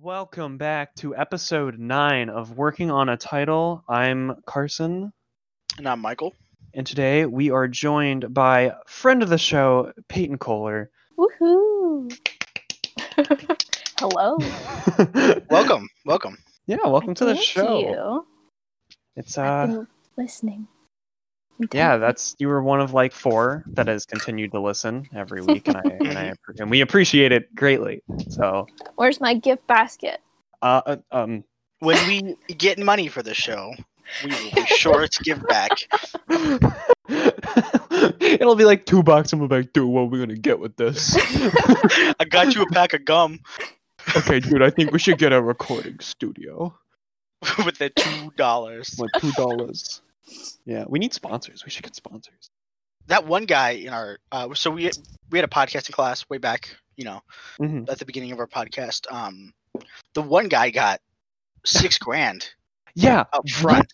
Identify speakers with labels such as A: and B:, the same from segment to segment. A: Welcome back to episode nine of Working on a Title. I'm Carson,
B: And I'm Michael.
A: and today we are joined by friend of the show, Peyton Kohler.
C: Woohoo! Hello.
B: Welcome, welcome.
A: Yeah, welcome to the
C: Thank
A: show.
C: You.
A: It's
C: I've
A: uh
C: been listening.
A: yeah, that's you were one of like four that has continued to listen every week, and I and I appre- and we appreciate it greatly. So,
C: Where's my gift basket?
A: uh, uh, um,
B: When we get money for the show, we will be sure to give back.
A: it'll be like two bucks, and we'll be like, dude, what are we gonna get with this?
B: I got you a pack of gum
A: okay, dude, I think we should get a recording studio.
B: with the two dollars.
A: like two dollars. Yeah, we need sponsors. We should get sponsors.
B: That one guy in our uh, so we we had a podcasting class way back, you know,
A: Mhm.
B: at the beginning of our podcast. Um, the one guy got six grand
A: Yeah,
B: up front.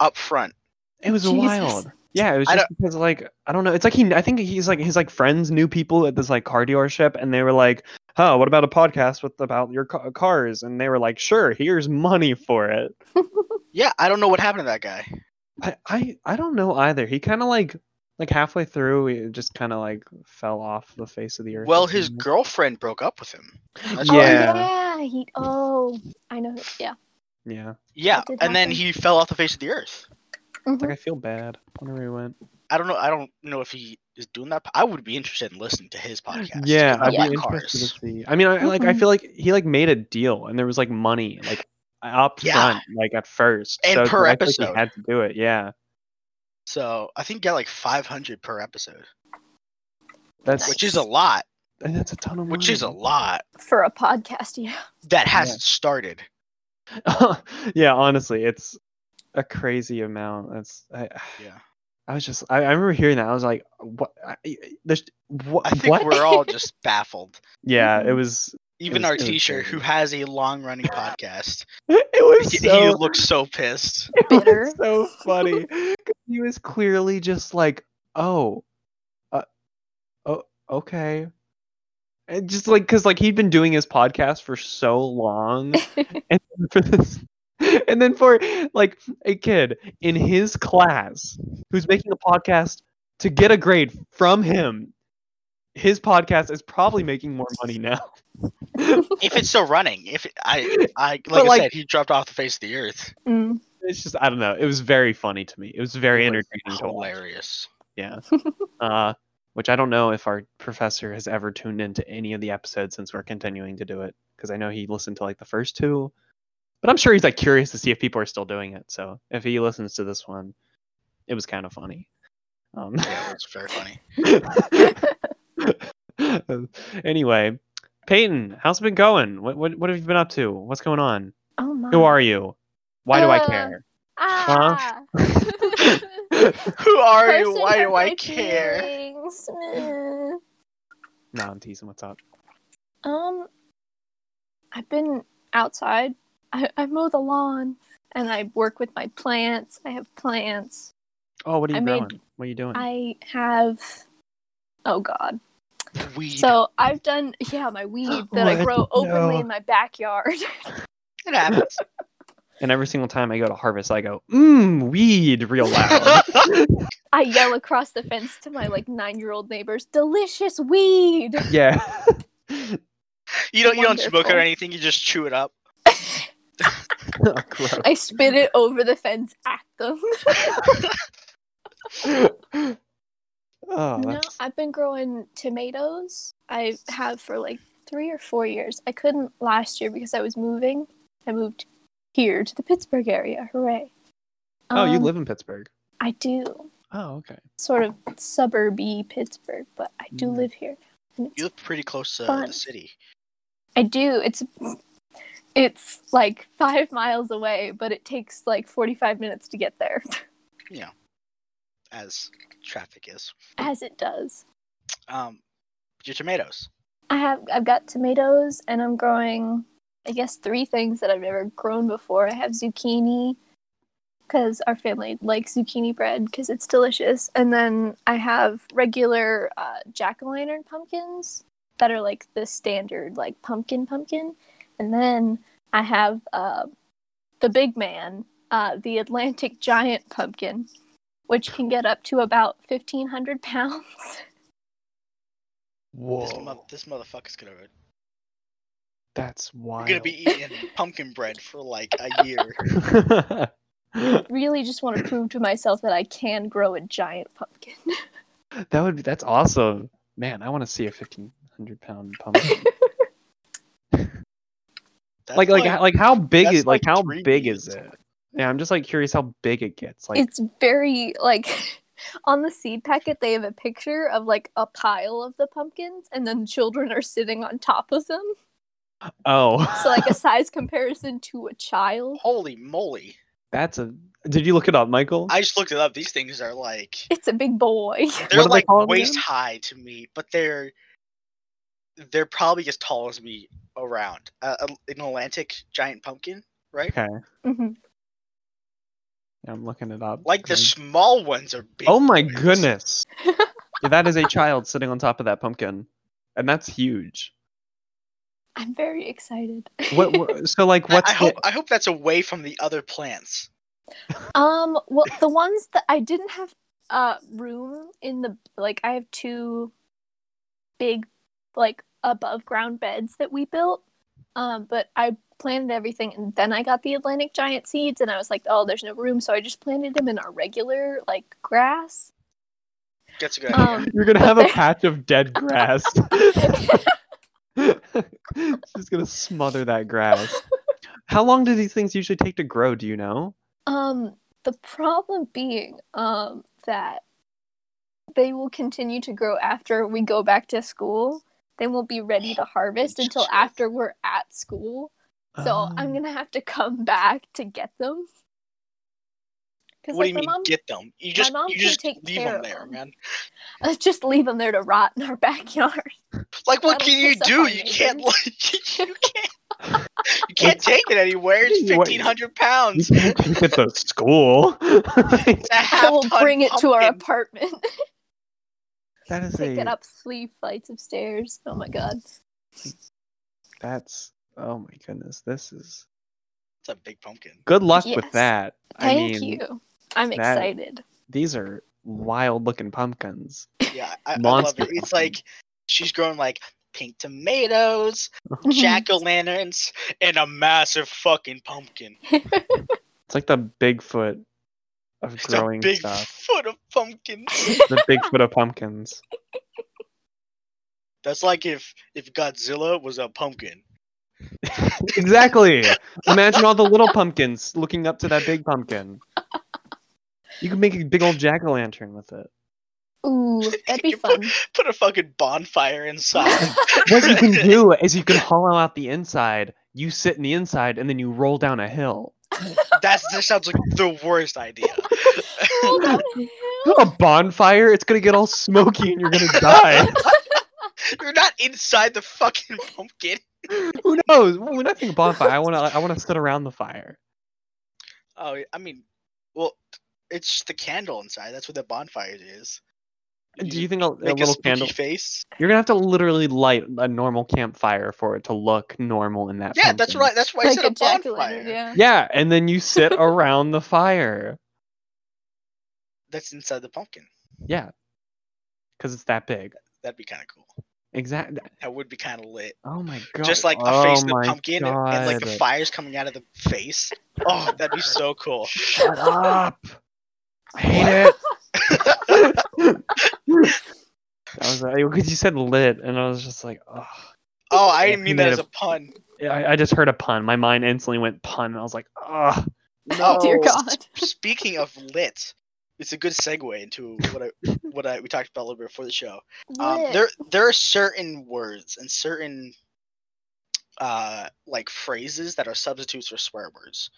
B: Up front.
A: it was
C: Jesus.
A: wild. Yeah, it was
B: I
A: just because like I don't know. It's like he. I think he's like his like friends knew people at this like car dealership, and they were like, "Oh, what about a podcast with about your ca- cars?" And they were like, "Sure, here's money for it."
B: Yeah, I don't know what happened to that guy.
A: I I, I don't know either. He kind of like like halfway through, it just kind of like fell off the face of the earth.
B: Well,
A: or
B: his
A: something.
B: girlfriend broke up with him. That's
C: Oh,
B: why-
A: Yeah.
C: yeah. He. Oh, I know. Yeah.
A: yeah,
B: yeah,
C: That did
B: and then
C: happen.
B: he fell off the face of the earth.
A: like I feel bad. I wonder where he went.
B: I don't know. I don't know if he is doing that. I would be interested in listening to his podcast.
A: Yeah, I'd
B: I'd
C: Yeah.
A: be interested
B: cars.
A: to see. I mean, I, like I
C: Mhm.
A: feel like he like made a deal, and there was like money like up
B: Yeah.
A: front, like at first,
B: And
A: it's
B: per
A: like he
B: episode.
A: had to do it. Yeah,
B: So I think he got like 500 per episode,
A: that's
B: which is a lot.
A: and that's a ton of money.
B: Which is a lot
C: For a podcast, yeah.
B: that hasn't started.
A: yeah, honestly, it's a crazy amount. That's I,
B: Yeah,
A: I was just I, I remember hearing that I was like, what? I, there's what?
B: I think
A: what?
B: we're Mm-hmm. all just baffled.
A: Yeah, it
C: Mhm.
A: was
B: Even
A: was
B: our
A: so
B: teacher, who has a long-running podcast,
A: it was
B: he-
A: so
B: he looks so pissed.
A: It
C: Bitter.
A: was so funny. 'Cause he was clearly just like, oh, uh, oh, okay. And just like, cause like he'd been doing his podcast for so long, and then for this, and then for like a kid in his class who's making a podcast to get a grade from him, his podcast is probably making more money now.
B: If it's still running, if it, I, I like
A: But,
B: I
A: like-
B: said, he dropped off the face of the earth.
C: Mm.
A: It's just, I don't know. It was very funny to me. It was very
B: It was
A: entertaining to watch.
B: Hilarious.
A: Yeah. uh, which I don't know if our professor has ever tuned into any of the episodes since we're continuing to do it because I know he listened to like the first two, but I'm sure he's like curious to see if people are still doing it. So if he listens to this one, it was kind of funny. Um,
B: Yeah, it's very funny.
A: Um, anyway, Peyton, how's it been going? What, what what have you been up to? What's going on?
C: Oh my.
A: Who are you? Why do I
C: Uh,
A: care?
C: Ah.
B: Who are you?
C: Person
B: Why
C: hurt
B: do
C: my
B: I care?
C: feelings. Mm.
A: No, I'm teasing. What's up?
C: Um, I've been outside. I, I mow the lawn, and I work with my plants. I have plants.
A: Oh, what are you
C: I made-
A: growing? What are you doing?
C: I have. Oh God.
B: Weed.
C: So I've done, yeah, my weed that I
A: What?
C: grow openly
A: No.
C: in my backyard.
B: it happens.
A: And every single time I go to harvest, I go, mmm, weed, real loud.
C: I yell across the fence to my like nine year old neighbors, delicious weed.
A: yeah.
B: You don't you don't smoke it
C: Wonderful.
B: or anything. You just chew it up.
A: Oh, gross.
C: I spit it over the fence at them.
A: Oh,
C: no,
A: that's-
C: I've been growing tomatoes. I have for like three or four years. I couldn't last year because I was moving. I moved here to the Pittsburgh area. Hooray.
A: oh, you
C: Um,
A: live in Pittsburgh.
C: I do.
A: Oh, okay.
C: Sort of suburby Pittsburgh, but I do
A: Mm.
C: live here. And it's
B: You live pretty close to
C: Fun.
B: the city.
C: I do. It's it's like five miles away, but it takes like forty five minutes to get there,
B: as traffic is.
C: as it does.
B: Um, your tomatoes.
C: I have I've got tomatoes, and I'm growing. I guess three things that I've never grown before. I have zucchini because our family likes zucchini bread because it's delicious, and then I have regular uh, jack o' lantern pumpkins that are like the standard like pumpkin pumpkin, And then I have uh, the big man, uh, the Atlantic giant pumpkin, which can get up to about 1,500 pounds.
A: Whoa,
B: This, mo- this motherfucker's gonna.
A: that's
B: We're
A: wild.
B: gonna be eating pumpkin bread for like a year.
A: that
C: really just want to prove to myself that I can grow a giant pumpkin.
A: would be that's awesome, man. I want to see a fifteen hundred pound pumpkin.
B: That's
A: like, like, h- like, how big
B: that's
A: is like,
B: like
A: how
B: three
A: big
B: feet
A: is
B: or
A: it?
B: something.
A: Yeah, I'm just like curious how big it gets. Like,
C: it's very like on the seed packet they have a picture of like a pile of the pumpkins and then children are sitting on top of them.
A: oh,
C: So like a size comparison to a child.
B: Holy moly!
A: that's a. Did you look it up, Michael?
B: I just looked it up. These things are like
C: It's a big boy.
B: they're
A: are they
B: like
A: called
B: waist
A: again?
B: high to me, but they're they're probably as tall as me around. Uh, a- an Atlantic giant pumpkin, right?
A: okay,
C: Mhm.
A: I'm looking it up.
B: Like the
A: Um,
B: small ones are big.
A: Oh my
B: boys.
A: goodness. Yeah, that is a child sitting on top of that pumpkin. And that's huge.
C: I'm very excited.
A: What, what so like
B: I-
A: what's
B: I
A: the-
B: hope I hope that's away from the other plants.
C: Um, well, the ones that I didn't have uh room in the like I have two big like above ground beds that we built. Um, but I planted everything and then I got the Atlantic giant seeds and I was like, "Oh, there's no room," so I just planted them in our regular like grass.
B: That's a good idea.
C: Um,
A: you're gonna have a
C: there-
A: patch of dead grass. She's gonna smother that grass. How long do these things usually take to grow, do you know?
C: um the problem being um that they will continue to grow after we go back to school. They won't be ready to harvest until
B: shit.
C: after we're at school. So
B: Oh.
A: Um,
C: I'm gonna have to come back to get them. Because
B: What do you
C: like my
B: mean
C: mom
B: get them? You
C: my
B: just
C: mom
B: you
C: can
B: just
C: take
B: leave
C: care
B: them
C: of
B: there,
C: them.
B: man.
C: let's just leave them there to rot in our backyard.
B: Like what
C: That'll
B: can you
C: piss off
B: do?
C: our
B: You can't
C: neighbors.
B: like you can't you can't take it anywhere. It's
A: You want-
B: fifteen hundred
A: You
B: pounds.
A: can't keep it to school. that
B: It's a
C: I will
B: half-ton
C: bring it to our
B: pumpkin.
C: apartment.
A: is
C: take
A: a
C: it up three flights of stairs. Oh my god.
A: that's oh my goodness, this is
B: It's a big pumpkin.
A: good luck with
C: Yes.
A: that.
C: Thank
A: I mean
C: you. I'm
A: that-
C: excited.
A: these are wild looking pumpkins.
B: Yeah, I, I love
A: Monster
B: it. It's
A: pumpkin.
B: like she's growing like pink tomatoes,
C: Mm-hmm.
B: jack o' lanterns, and a massive fucking pumpkin.
A: It's like the Bigfoot of
B: It's a
A: growing
B: big
A: stuff.
B: foot of pumpkins.
A: the Bigfoot of pumpkins.
B: That's like if if Godzilla was a pumpkin.
A: Exactly. Imagine all the little pumpkins looking up to that big pumpkin. You could make a big old jack o' lantern with it.
C: Ooh, that'd be
B: You put-
C: fun.
B: Put a fucking bonfire inside.
A: What you can do is you can hollow out the inside. You sit in the inside, and then you roll down a hill.
B: That's that sounds like the worst idea.
C: Roll down a hill.
A: A bonfire? It's gonna get all smoky, and you're gonna die.
B: You're not inside the fucking pumpkin.
A: Who knows? When I think bonfire, I wanna I wanna sit around the fire.
B: Oh, I mean, well, it's just the candle inside. That's what the bonfire is.
A: Do you think a, a
B: make
A: little
B: spooky
A: candle?
B: face?
A: You're gonna have to literally light a normal campfire for it to look normal in that.
B: Yeah, that's
A: pumpkin.
B: right. That's why I
C: Like
B: said a
C: a jack o'
B: bonfire.
C: lantern, yeah.
A: Yeah, and then you sit around the fire.
B: That's inside the pumpkin.
A: Yeah, because it's that big.
B: That'd be kind of cool.
A: Exactly.
B: That would be kind of lit.
A: Oh my god.
B: Just like
A: oh
B: a face in the
A: my
B: pumpkin and, and, like the
A: God.
B: fires coming out of the face. Oh, that'd be so cool.
A: Shut up! I hate it. I was like, because you said lit, and I was just like, oh.
B: Oh, I
A: Yeah,
B: didn't
A: he
B: mean that
A: made
B: as
A: a-
B: a pun.
A: I, I just heard a pun. My mind instantly went pun, and I was like, oh.
B: No.
C: Dear God.
B: Speaking of lit, it's a good segue into what I, what I, we talked about a little bit before the show. Um,
C: Lit.
B: there there are certain words and certain uh like phrases that are substitutes for swear words.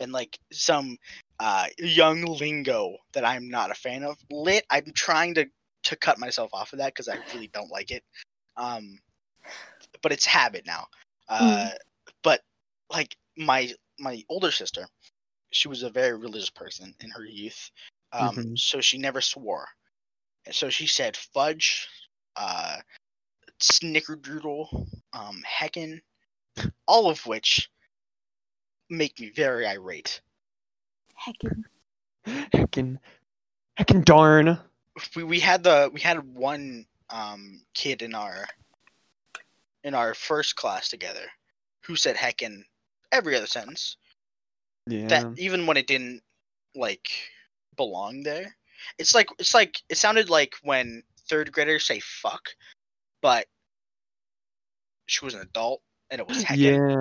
B: And like some uh young lingo that I'm not a fan of. Lit, I'm trying to to cut myself off of that cuz I really don't like it. Um but it's habit now. Uh but like my my older sister, she was a very religious person in her youth. Um
A: Mhm.
B: so she never swore. And so she said fudge, uh, snickerdoodle, um, heckin, all of which make me very irate.
C: Heckin.
A: Heckin, heckin darn.
B: We we had the we had one um kid in our in our first class together who said heck in every other sentence.
A: Yeah.
B: That even when it didn't like belong there. It's like it's like it sounded like when third graders say fuck, but she was an adult and it was heckin'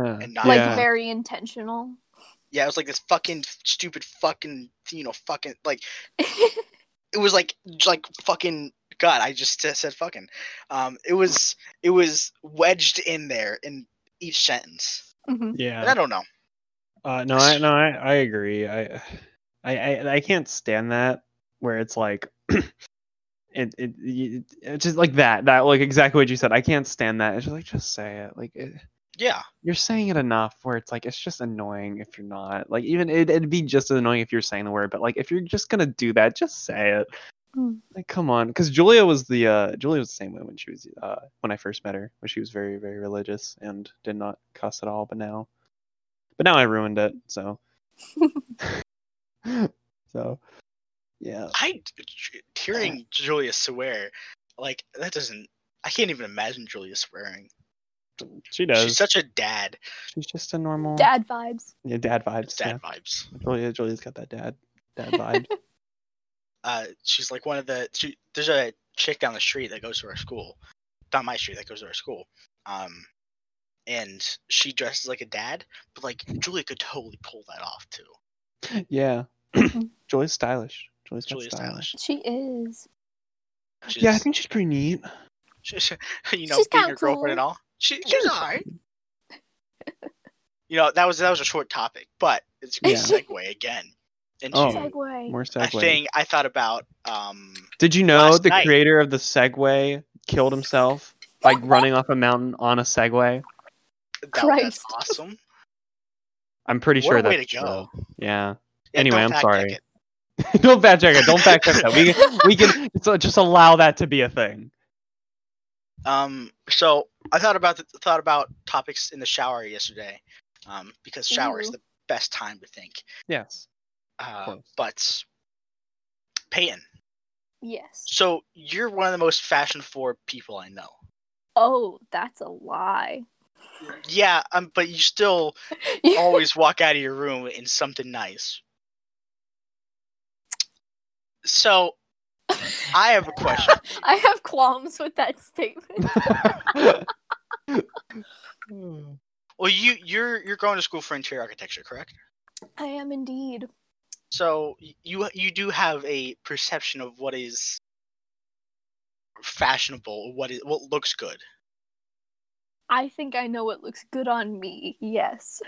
A: yeah.
B: and not
C: Like
A: Yeah.
C: very intentional.
B: Yeah, it was like this fucking stupid fucking you know fucking like it was like j- like fucking god I just sa- said fucking. Um, it was it was wedged in there in each sentence.
C: Mhm.
B: And
A: Yeah.
B: I don't know.
A: Uh, no, I, no, I, I agree. I, I, I, I can't stand that where it's like, it, it, it, it's just like that, that like exactly what you said. I can't stand that. It's just like just say it. Like it,
B: Yeah,
A: you're saying it enough where it's like it's just annoying if you're not. Like even it, it'd be just as annoying if you're saying the word, but like if you're just gonna do that, just say it.
C: Mm.
A: Like come on, because Julia was the uh, Julia was the same way when she was uh, when I first met her, when she was very very religious and did not cuss at all. But now, but now I ruined it. So, so yeah,
B: I
A: Uh.
B: hearing Julia swear like that doesn't. I can't even imagine Julia swearing.
A: she does.
B: She's
A: She's,
B: such a dad.
A: just a normal
C: Dad vibes.
A: Yeah, dad vibes.
B: It's dad vibes.
A: Yeah. Julia Julia's got that dad dad vibe.
B: Uh, she's like one of the. She, there's a chick down the street that goes to our school, not my street that goes to our school. Um, and she dresses like a dad, but like Julia could totally pull that off too.
A: yeah, Julia's stylish. Julia's got
B: Julia
A: stylish.
B: stylish.
C: She is.
B: She's,
A: Yeah, I think she's pretty neat.
B: she, she- you know,
C: She's
B: being
C: kinda
B: your girlfriend and all. She, she's alright. You know, that was that was a short topic, but it's a good
A: Yeah.
B: segue again. And
A: Oh.
C: Segway.
A: More
B: a
A: segue.
B: thing I thought about. Um,
A: Did you know
B: Last
A: the
B: night.
A: creator of the Segway killed himself by running off a mountain on a Segway?
B: that,
C: Christ.
B: that's awesome.
A: I'm pretty
B: What
A: sure
B: a way
A: that's
B: to go.
A: true. Yeah.
B: Yeah,
A: Anyway,
B: don't
A: I'm
B: fact
A: sorry.
B: check it.
A: don't fact check it. Don't fact check that. We we can so just allow that to be a thing.
B: Um, so I thought about the, thought about topics in the shower yesterday, um, because shower is
C: Ew.
B: the best time to think.
A: Yes.
B: Uh,
A: course.
B: but Peyton,
C: Yes.
B: so you're one of the most fashion forward people I know.
C: Oh, that's a lie.
B: Yeah, um, but you still always walk out of your room in something nice. So I have a question.
C: I have qualms with that statement.
B: Well, you you're you're going to school for interior architecture, correct?
C: I am indeed.
B: So y- you you do have a perception of what is fashionable, what is what looks good.
C: I think I know what looks good on me. Yes.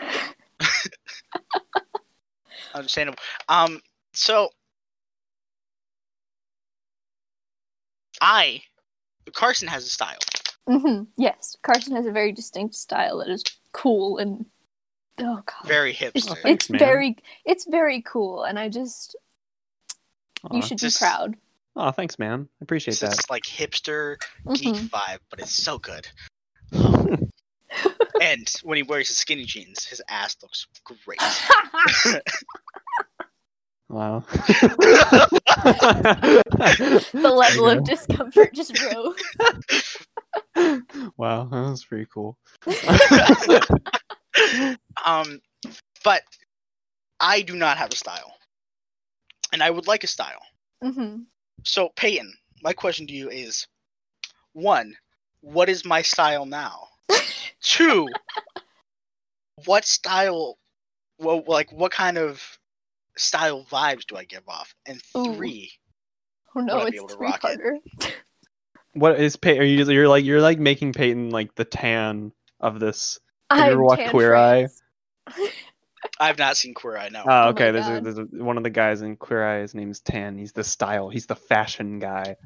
B: Understandable. Um, so I Carson has a style.
C: hmm Yes. Carson has a very distinct style that is cool and oh god.
B: Very
C: it's
B: hipster.
A: thanks,
C: it's
A: man.
C: very it's very cool and I just you should
B: Just-
C: be proud.
A: Oh, thanks, man. I appreciate
B: It's
A: that.
B: this like hipster geek
C: Mhm.
B: vibe, but it's so good. and when he wears his skinny jeans, his ass looks great.
A: Wow.
C: the level of discomfort just rose.
A: Wow, that was pretty cool.
B: Um, but I do not have a style, and I would like a style.
C: hmm
B: So Peyton, my question to you is: one, what is my style now? Two, what style? Well, like what kind of style vibes do I give off? And
C: Ooh.
B: three,
C: Oh no,
B: Wanna be
C: it's
B: able to
C: three
B: rock it.
C: harder.
A: What is Peyton? Are you you're like you're like making Peyton like the tan of this? Uh, Have you
C: I'm
A: ever watched
C: Tan
A: Queer Eye?
C: France.
B: I've not seen Queer Eye. No.
A: Oh,
C: my
A: okay. There's a,
C: God.
A: there's a, one of the guys in Queer Eye. His name's Tan. He's the style. He's the fashion guy.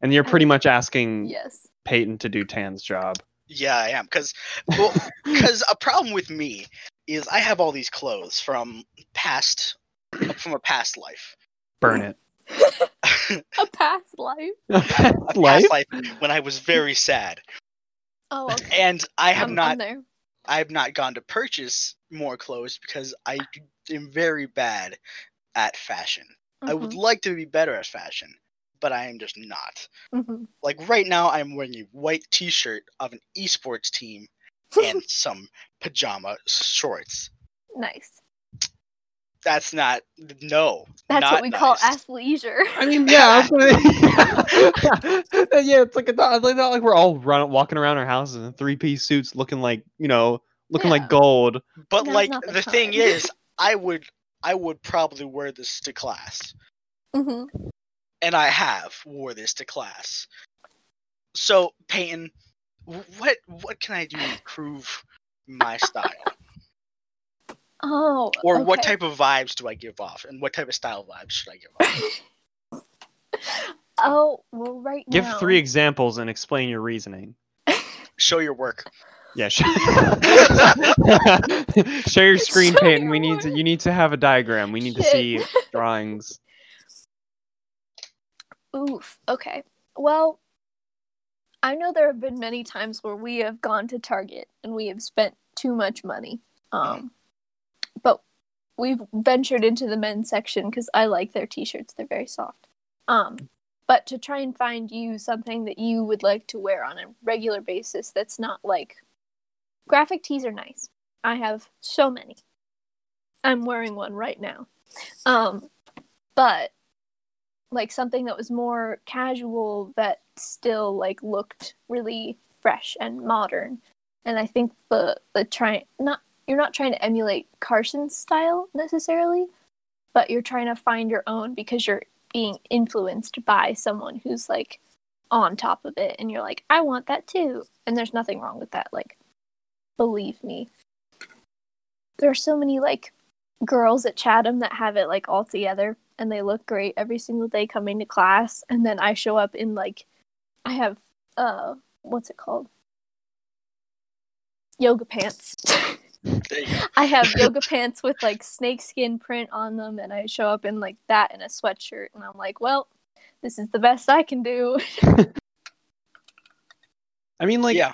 A: And you're pretty much asking
C: Yes.
A: Peyton to do Tan's job.
B: Yeah, I am. Because well, because a problem with me is I have all these clothes from past from a past life.
A: Burn it.
C: A past life.
A: Past
B: Past
A: life.
B: life when I was very sad,
C: Oh, okay.
B: and I have
C: I'm,
B: not
C: I'm there.
B: I've not gone to purchase more clothes because I am very bad at fashion. I would like to be better at fashion, but I am just not.
C: Mhm.
B: Like right now, I'm wearing a white T-shirt of an esports team and some pajama shorts.
C: nice.
B: That's not no.
C: That's
B: not
C: what we call
B: nice.
C: athleisure.
A: I mean, yeah, I was gonna- yeah. It's like it's not, it's not like we're all run, walking around our houses in three piece suits, looking like you know, looking
C: Yeah.
A: like gold.
B: But
C: Now's
B: like
C: not the
B: the, thing
C: time.
B: is, I would I would probably wear this to class,
C: Mhm.
B: and I have wore this to class. So Peyton, wh- what what can I do to improve my style,
C: Oh.
B: or what
C: okay.
B: type of vibes do I give off, and what type of style vibes should I give off?
C: Oh well, right
A: Give
C: now.
A: three examples and explain your reasoning.
B: Show your work.
A: Yeah, sure. share your screen,
C: Show
A: Peyton. We
C: your
A: need to.
C: work.
A: You need to have a diagram. We need to
C: Shit.
A: see drawings.
C: Oof. Okay. Well, I know there have been many times where we have gone to Target and we have spent too much money. Um, but we've ventured into the men's section because I like their t-shirts; they're very soft. Um, but to try and find you something that you would like to wear on a regular basis, that's not like graphic tees are nice. I have so many. I'm wearing one right now. Um, but like something that was more casual that still like looked really fresh and modern. And I think the the try not you're not trying to emulate Carson's style necessarily, but you're trying to find your own because you're being influenced by someone who's like on top of it and you're like, I want that too. And there's nothing wrong with that. Like believe me. There are so many like girls at Chatham that have it like all together and they look great every single day coming to class and then I show up in like I have uh what's it called? Yoga pants.
B: There you go.
C: I have yoga pants with like snakeskin print on them and I show up in like that and a sweatshirt and I'm like, well, this is the best I can do.
A: I mean, like,
B: Yeah.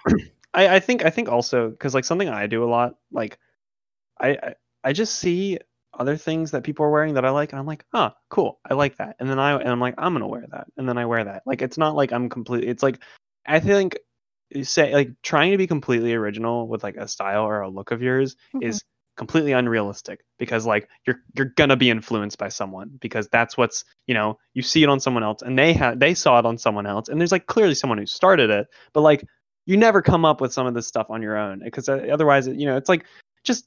A: I, I think I think also because like something I do a lot, like, I, I I just see other things that people are wearing that I like, and I'm like, huh, cool, I like that, and then I and I'm like, I'm gonna wear that, and then I wear that. Like, it's not like I'm completely. It's like I think you say like trying to be completely original with like a style or a look of yours is completely unrealistic because like you're you're gonna be influenced by someone because that's what's you know you see it on someone else and they had they saw it on someone else and there's like clearly someone who started it but like you never come up with some of this stuff on your own because otherwise you know it's like just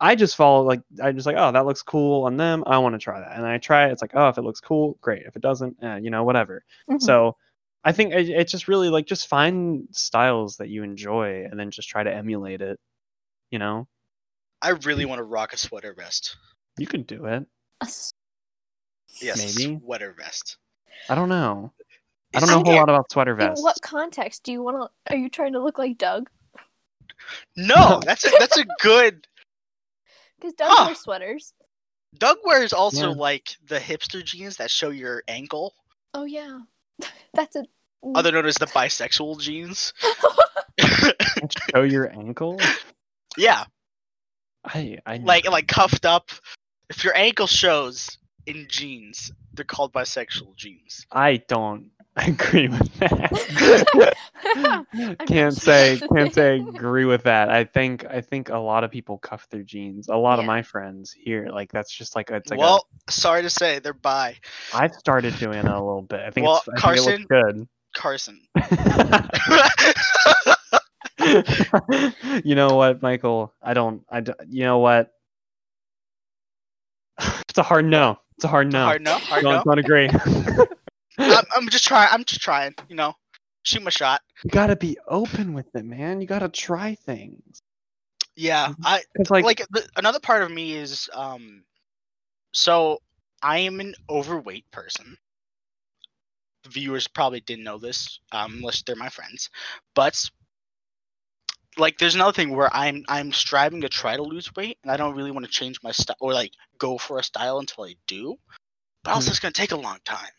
A: I just follow like I just like oh that looks cool on them I want to try that and I try it it's like oh if it looks cool great if it doesn't eh, you know whatever
C: Mhm.
A: so I think it, it's just really like just find styles that you enjoy and then just try to emulate it. You know,
B: I really want to rock a sweater vest.
A: you can do it.
C: A s-
B: Yes,
A: Maybe.
B: sweater vest.
A: I don't know. I
B: Is
A: don't know a whole
C: there-
A: lot about sweater
C: in
A: vests.
C: what context do you want to are you trying to look like Doug?
B: No, that's a, that's a good.
C: Cuz Doug
B: Huh.
C: wears sweaters.
B: Doug wears also
A: Yeah.
B: like the hipster jeans that show your ankle,
C: Oh yeah. That's a
B: other known as the bisexual jeans.
A: Show your ankle.
B: yeah,
A: I, I
B: like like cuffed up. If your ankle shows in jeans, they're called bisexual jeans.
A: I don't agree with that. can't say can't say agree with that. I think I think a lot of people cuff their jeans. A lot of
C: Yeah.
A: my friends here, like that's just like it's like a-
B: well, sorry to say, they're bi.
A: I've started doing it a little bit. I think
B: Well,
A: it's, I think
B: Carson.
A: it looks good. you know what, Michael? I don't. I. don't- you know what? It's a hard no. It's a hard no.
B: Hard no, hard
A: don't,
B: no.
A: don't agree.
B: I'm, I'm just trying. I'm just trying. You know, shoot my shot.
A: you gotta be open with it, man. You gotta try things.
B: Yeah, I
A: It's like,
B: like, the, another part of me is um so i am an overweight person viewers probably didn't know this um, unless they're my friends but like there's another thing where i'm i'm striving to try to lose weight and i don't really want to change my style or like go for a style until i do but also
A: Mhm.
B: it's going to take a long time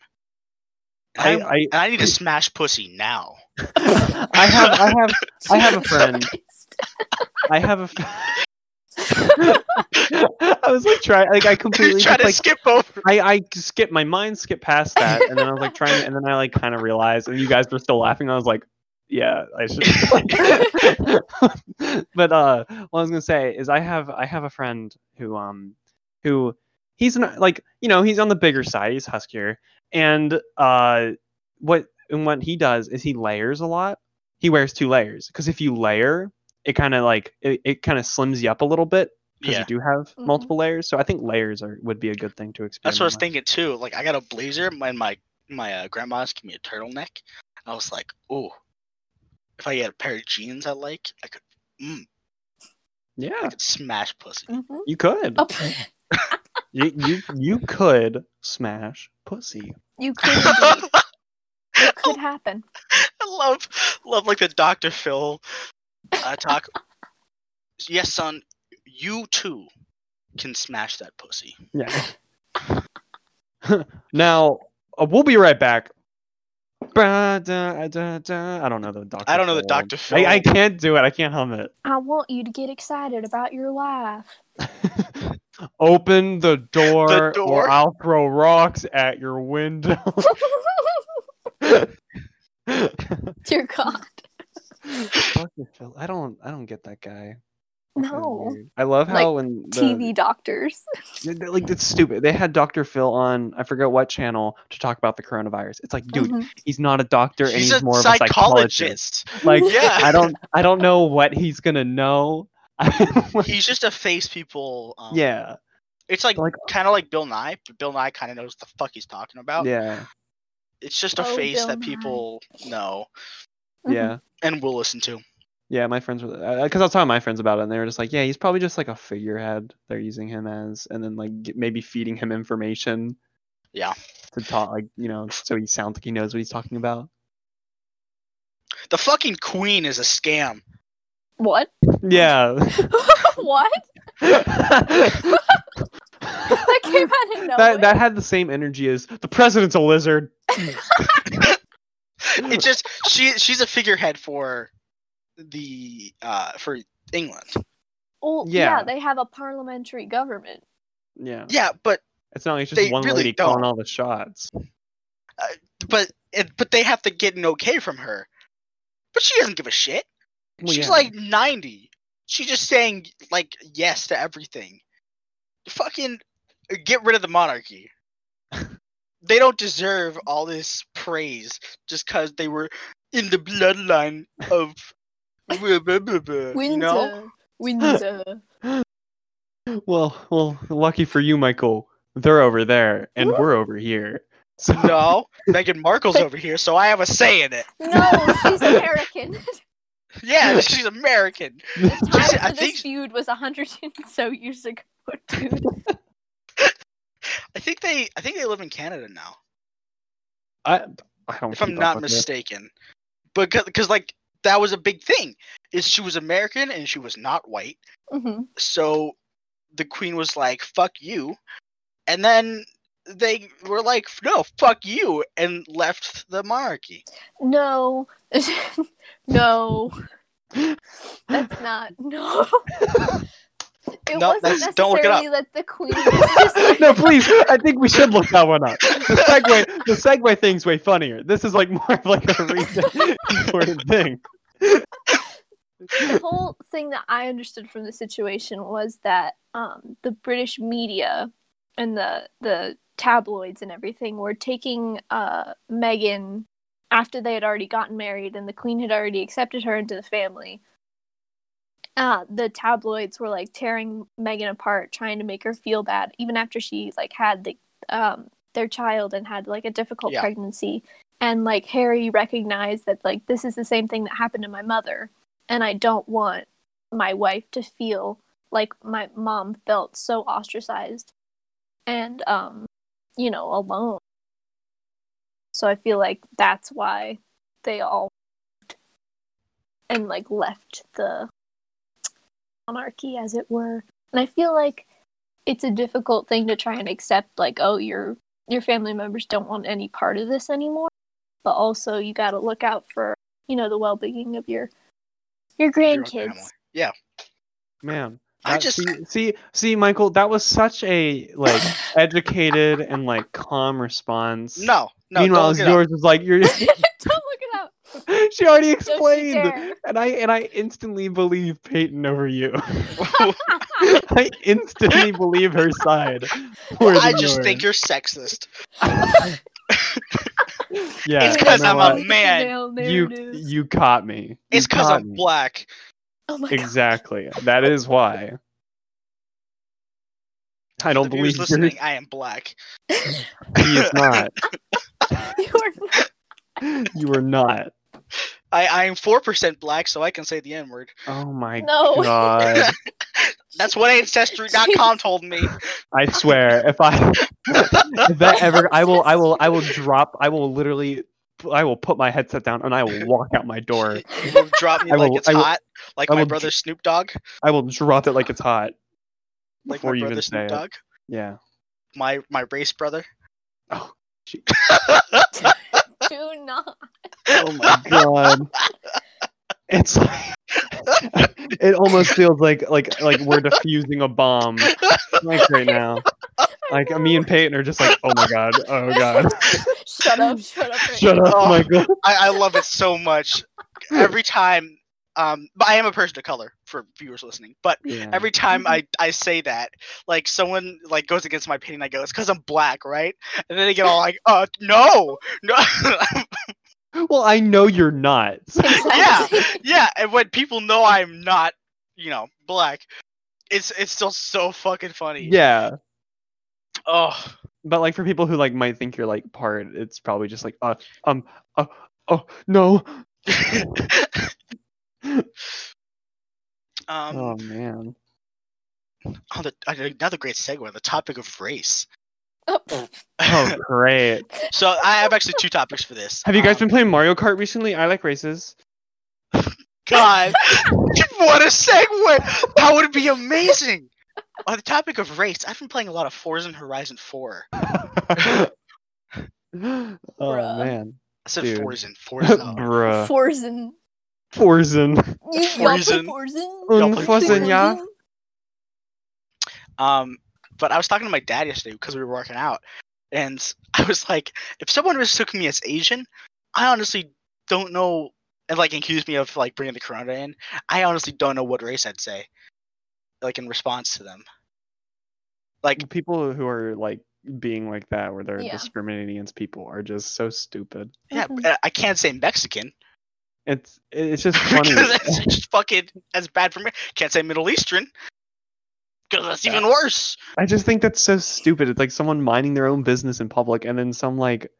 A: I-
B: I, I,
A: I-
B: and I need to smash pussy now.
A: I have I have I have a friend. I have a. F- I was like trying, like I completely
B: Try
A: just,
B: to
A: like
B: skip over.
A: I I skip my mind skipped past that, and then I was like trying, to, and then I like kind of realized, and you guys were still laughing. I was like, yeah, I should. but uh, what I was gonna say is I have I have a friend who um who he's not like you know he's on the bigger side, he's huskier, and uh what and what he does is he layers a lot. He wears two layers because if you layer, it kind of like it, it kind of slims you up a little bit because
B: Yeah,
A: you do have
C: Mhm.
A: multiple layers. So I think layers are would be a good thing to experiment.
B: that's what I was
A: with.
B: thinking too. Like I got a blazer, my my my uh, grandma's gave me a turtleneck. I was like, ooh, if I get a pair of jeans I like, I could, mm, I
A: Yeah,
B: could smash pussy.
C: Mhm.
A: you could.
C: Oh,
A: You, you you could smash pussy.
C: you could indeed.
B: I
C: It could happen.
B: love love like the Dr. Phil uh, talk. yes, son, you too can smash that pussy.
A: Yeah. now uh, we'll be right back. Ba, da, da, da. I don't know the doctor.
B: I don't know the Dr. Phil.
A: I, I can't do it. I can't hum it.
C: I want you to get excited about your life.
A: Open the door,
B: door?
A: or I'll throw rocks at your window.
C: Dear God.
A: Dr. Phil, I don't I don't get that guy. That's kinda
C: No.
A: weird. I love how
C: Like,
A: when the,
C: TV doctors.
A: Yeah, they- like it's stupid. They had Dr. Phil on I forget what channel to talk about the coronavirus. It's like, dude,
C: Mhm.
A: he's not a doctor and
B: He's
A: he's,
B: Mm-hmm. a
A: more of a psychologist.
B: psychologist.
A: Like
B: Yeah.
A: I don't I don't know what he's gonna know.
B: He's just a face people. Um,
A: yeah.
B: It's like,
A: Like-
B: kind of like Bill Nye. but Bill Nye kind of knows the fuck he's talking about.
A: Yeah.
B: It's just a
C: Oh,
B: face
C: Bill
B: that
C: Nye.
B: people know
C: mm-hmm.
A: Yeah.
B: and will listen to.
A: Yeah, my friends were because I was talking to my friends about it, and they were just like, "Yeah, he's probably just like a figurehead. They're using him as, and then like get, maybe feeding him information."
B: Yeah.
A: To talk, like you know, so he sounds like he knows what he's talking about.
B: The fucking queen is a scam.
C: What?
A: Yeah.
C: what?
B: Mm-hmm.
A: that
C: That came out of nowhere.
A: that, had the same energy as the president's a lizard.
B: It's just she she's a figurehead for the uh for England.
C: Well,
A: Yeah.
C: yeah. they have a parliamentary government.
A: yeah.
B: Yeah, but
A: It's not like it's
B: They
A: just one
B: really
A: lady
B: don't.
A: calling all the shots.
B: but it, but they have to get an okay from her. But she doesn't give a shit.
A: Well,
B: She's
A: yeah.
B: like 90. She's just saying like yes to everything. Fucking uh, get rid of the monarchy. they don't deserve all this praise just cuz they were in the bloodline of blah, blah, blah, blah,
A: Uh,
B: you know?
C: Windsor. Windsor.
A: Well, well, lucky for you, Michael. They're over there, and we're over here. So
B: No, Meghan Markle's over here, so I have a say in it.
C: no, she's American.
B: Yeah, she's American.
C: Time
B: Just-
C: for
B: I
C: this
B: think-
C: feud was a hundred and so years ago, dude.
B: I think they I think they live in Canada now.
A: I, I don't.
B: if I'm
A: keep up
B: not
A: with it.
B: mistaken. But because like that was a big thing, is she was American and she was not white,
C: hmm
B: so the queen was like, "Fuck you," and then they were like, "No, fuck you," and left the monarchy.
C: No, no, that's not. No, it
B: No,
C: wasn't
B: that's-
C: necessarily
B: don't look it up.
C: that the queen was just like,
A: no, please. I think we should look that one up. The segue, the segue thing's way funnier. This is like more of like a recent sort of thing.
C: the whole thing that I understood from the situation was that um, the British media and the the tabloids and everything were taking uh, Meghan after they had already gotten married and the Queen had already accepted her into the family. Uh, the tabloids were like tearing Meghan apart, trying to make her feel bad, even after she like had the um, their child and had like a difficult
B: Yeah.
C: pregnancy. And like Harry recognized that like this is the same thing that happened to my mother and I don't want my wife to feel like my mom felt so ostracized and um you know alone. So I feel like that's why they all moved and like left the monarchy as it were. And I feel like it's a difficult thing to try and accept like oh your your family members don't want any part of this anymore but also you got to look out for you know the well-being of your your grandkids.
B: family.
A: Man,
B: I
A: that-
B: just
A: Uh, see, see see Michael, that was such a like educated and like calm response.
B: no no.
A: Meanwhile,
B: don't look it up.
A: yours was like you're.
C: Don't look it up.
A: she already
C: Don't you
A: explained,
C: dare.
A: and I and I instantly believe Peyton over you. I instantly believe her side. more
B: I
A: than
B: just think
A: yours.
B: you're sexist.
A: Yeah,
B: it's 'cause
A: you know
B: I'm a
A: what?
C: Like the
B: man.
C: male
A: You
C: narratives.
A: you caught me. You
B: It's because
A: caught
B: I'm
A: me.
B: black.
C: oh my God.
A: Exactly. That is why. I
B: The
A: don't
B: viewers
A: believe you're.
B: listening. I am black.
A: He is not.
C: You are-
A: You are not.
B: I I am four percent black, so I can say the n word.
A: Oh my
C: No.
A: god.
B: That's what ancestry.com told me.
A: I swear, if I if that ever, I will, I will, I will drop. I will literally, I will put my headset down and I will walk out my door.
B: You'll drop me
A: I
B: like
A: will-
B: it's
A: I will-
B: hot, like
A: I
B: my
A: will-
B: brother Snoop Dogg,
A: I will drop it like it's hot.
B: like
A: Before
B: my
A: you
B: brother
A: even say
B: Snoop
A: it.
B: Dogg,
A: Yeah.
B: my my race brother.
A: Oh, gee.
C: Do not.
A: oh my god. It's like, it almost feels like like like we're defusing a bomb like right now. Like me and Peyton are just like, oh my god, oh god,
C: Shut up! Shut up! Right
A: shut up,
B: Oh.
A: Michael.
B: I, I love it so much. Every time, um, but I am a person of color for viewers listening. But
A: Yeah.
B: every time I, I say that, like someone like goes against my opinion. I go, it's because I'm black, right? And then they get all like, uh, no, no,
A: well, I know you're not.
B: yeah,
C: Exactly.
B: yeah. And when people know I'm not, you know, black, it's it's still so fucking funny.
A: Yeah.
B: Oh.
A: but like for people who like might think you're like part, it's probably just like uh um uh, oh no
B: Um,
A: oh man
B: on Oh, the, on another great segue, the topic of race.
C: Oh,
A: oh great
B: so I have actually two topics for this.
A: have you guys
B: Um,
A: been playing Mario Kart recently? I like races.
B: God, what a segue! That would be amazing. On the topic of race, I've been playing a lot of Forza Horizon 4.
A: oh
C: Bruh.
A: man,
B: I said
A: Dude.
B: Forza, Forza.
A: bruh,
C: Forzen.
A: uh, Forzen.
C: You, y'all play
B: Forzen.
C: Forzen?
B: Y'all
A: Um,
B: play
A: Forzen, yeah.
B: um, but I was talking to my dad yesterday because we were working out, and I was like, if someone mistook me as Asian, I honestly don't know, and like accused me of like bringing the corona in. I honestly don't know what race I'd say, like in response to them. Like
A: People who are like being like that, where they're
C: Yeah.
A: discriminating against people, are just so stupid.
B: Yeah,
C: Mhm.
B: uh, I can't say Mexican
A: It's it's just funny.
B: because that's just fucking that's bad for me. Can't say Middle Eastern because that's even worse.
A: I just think that's so stupid. It's like someone minding their own business in public, and then some like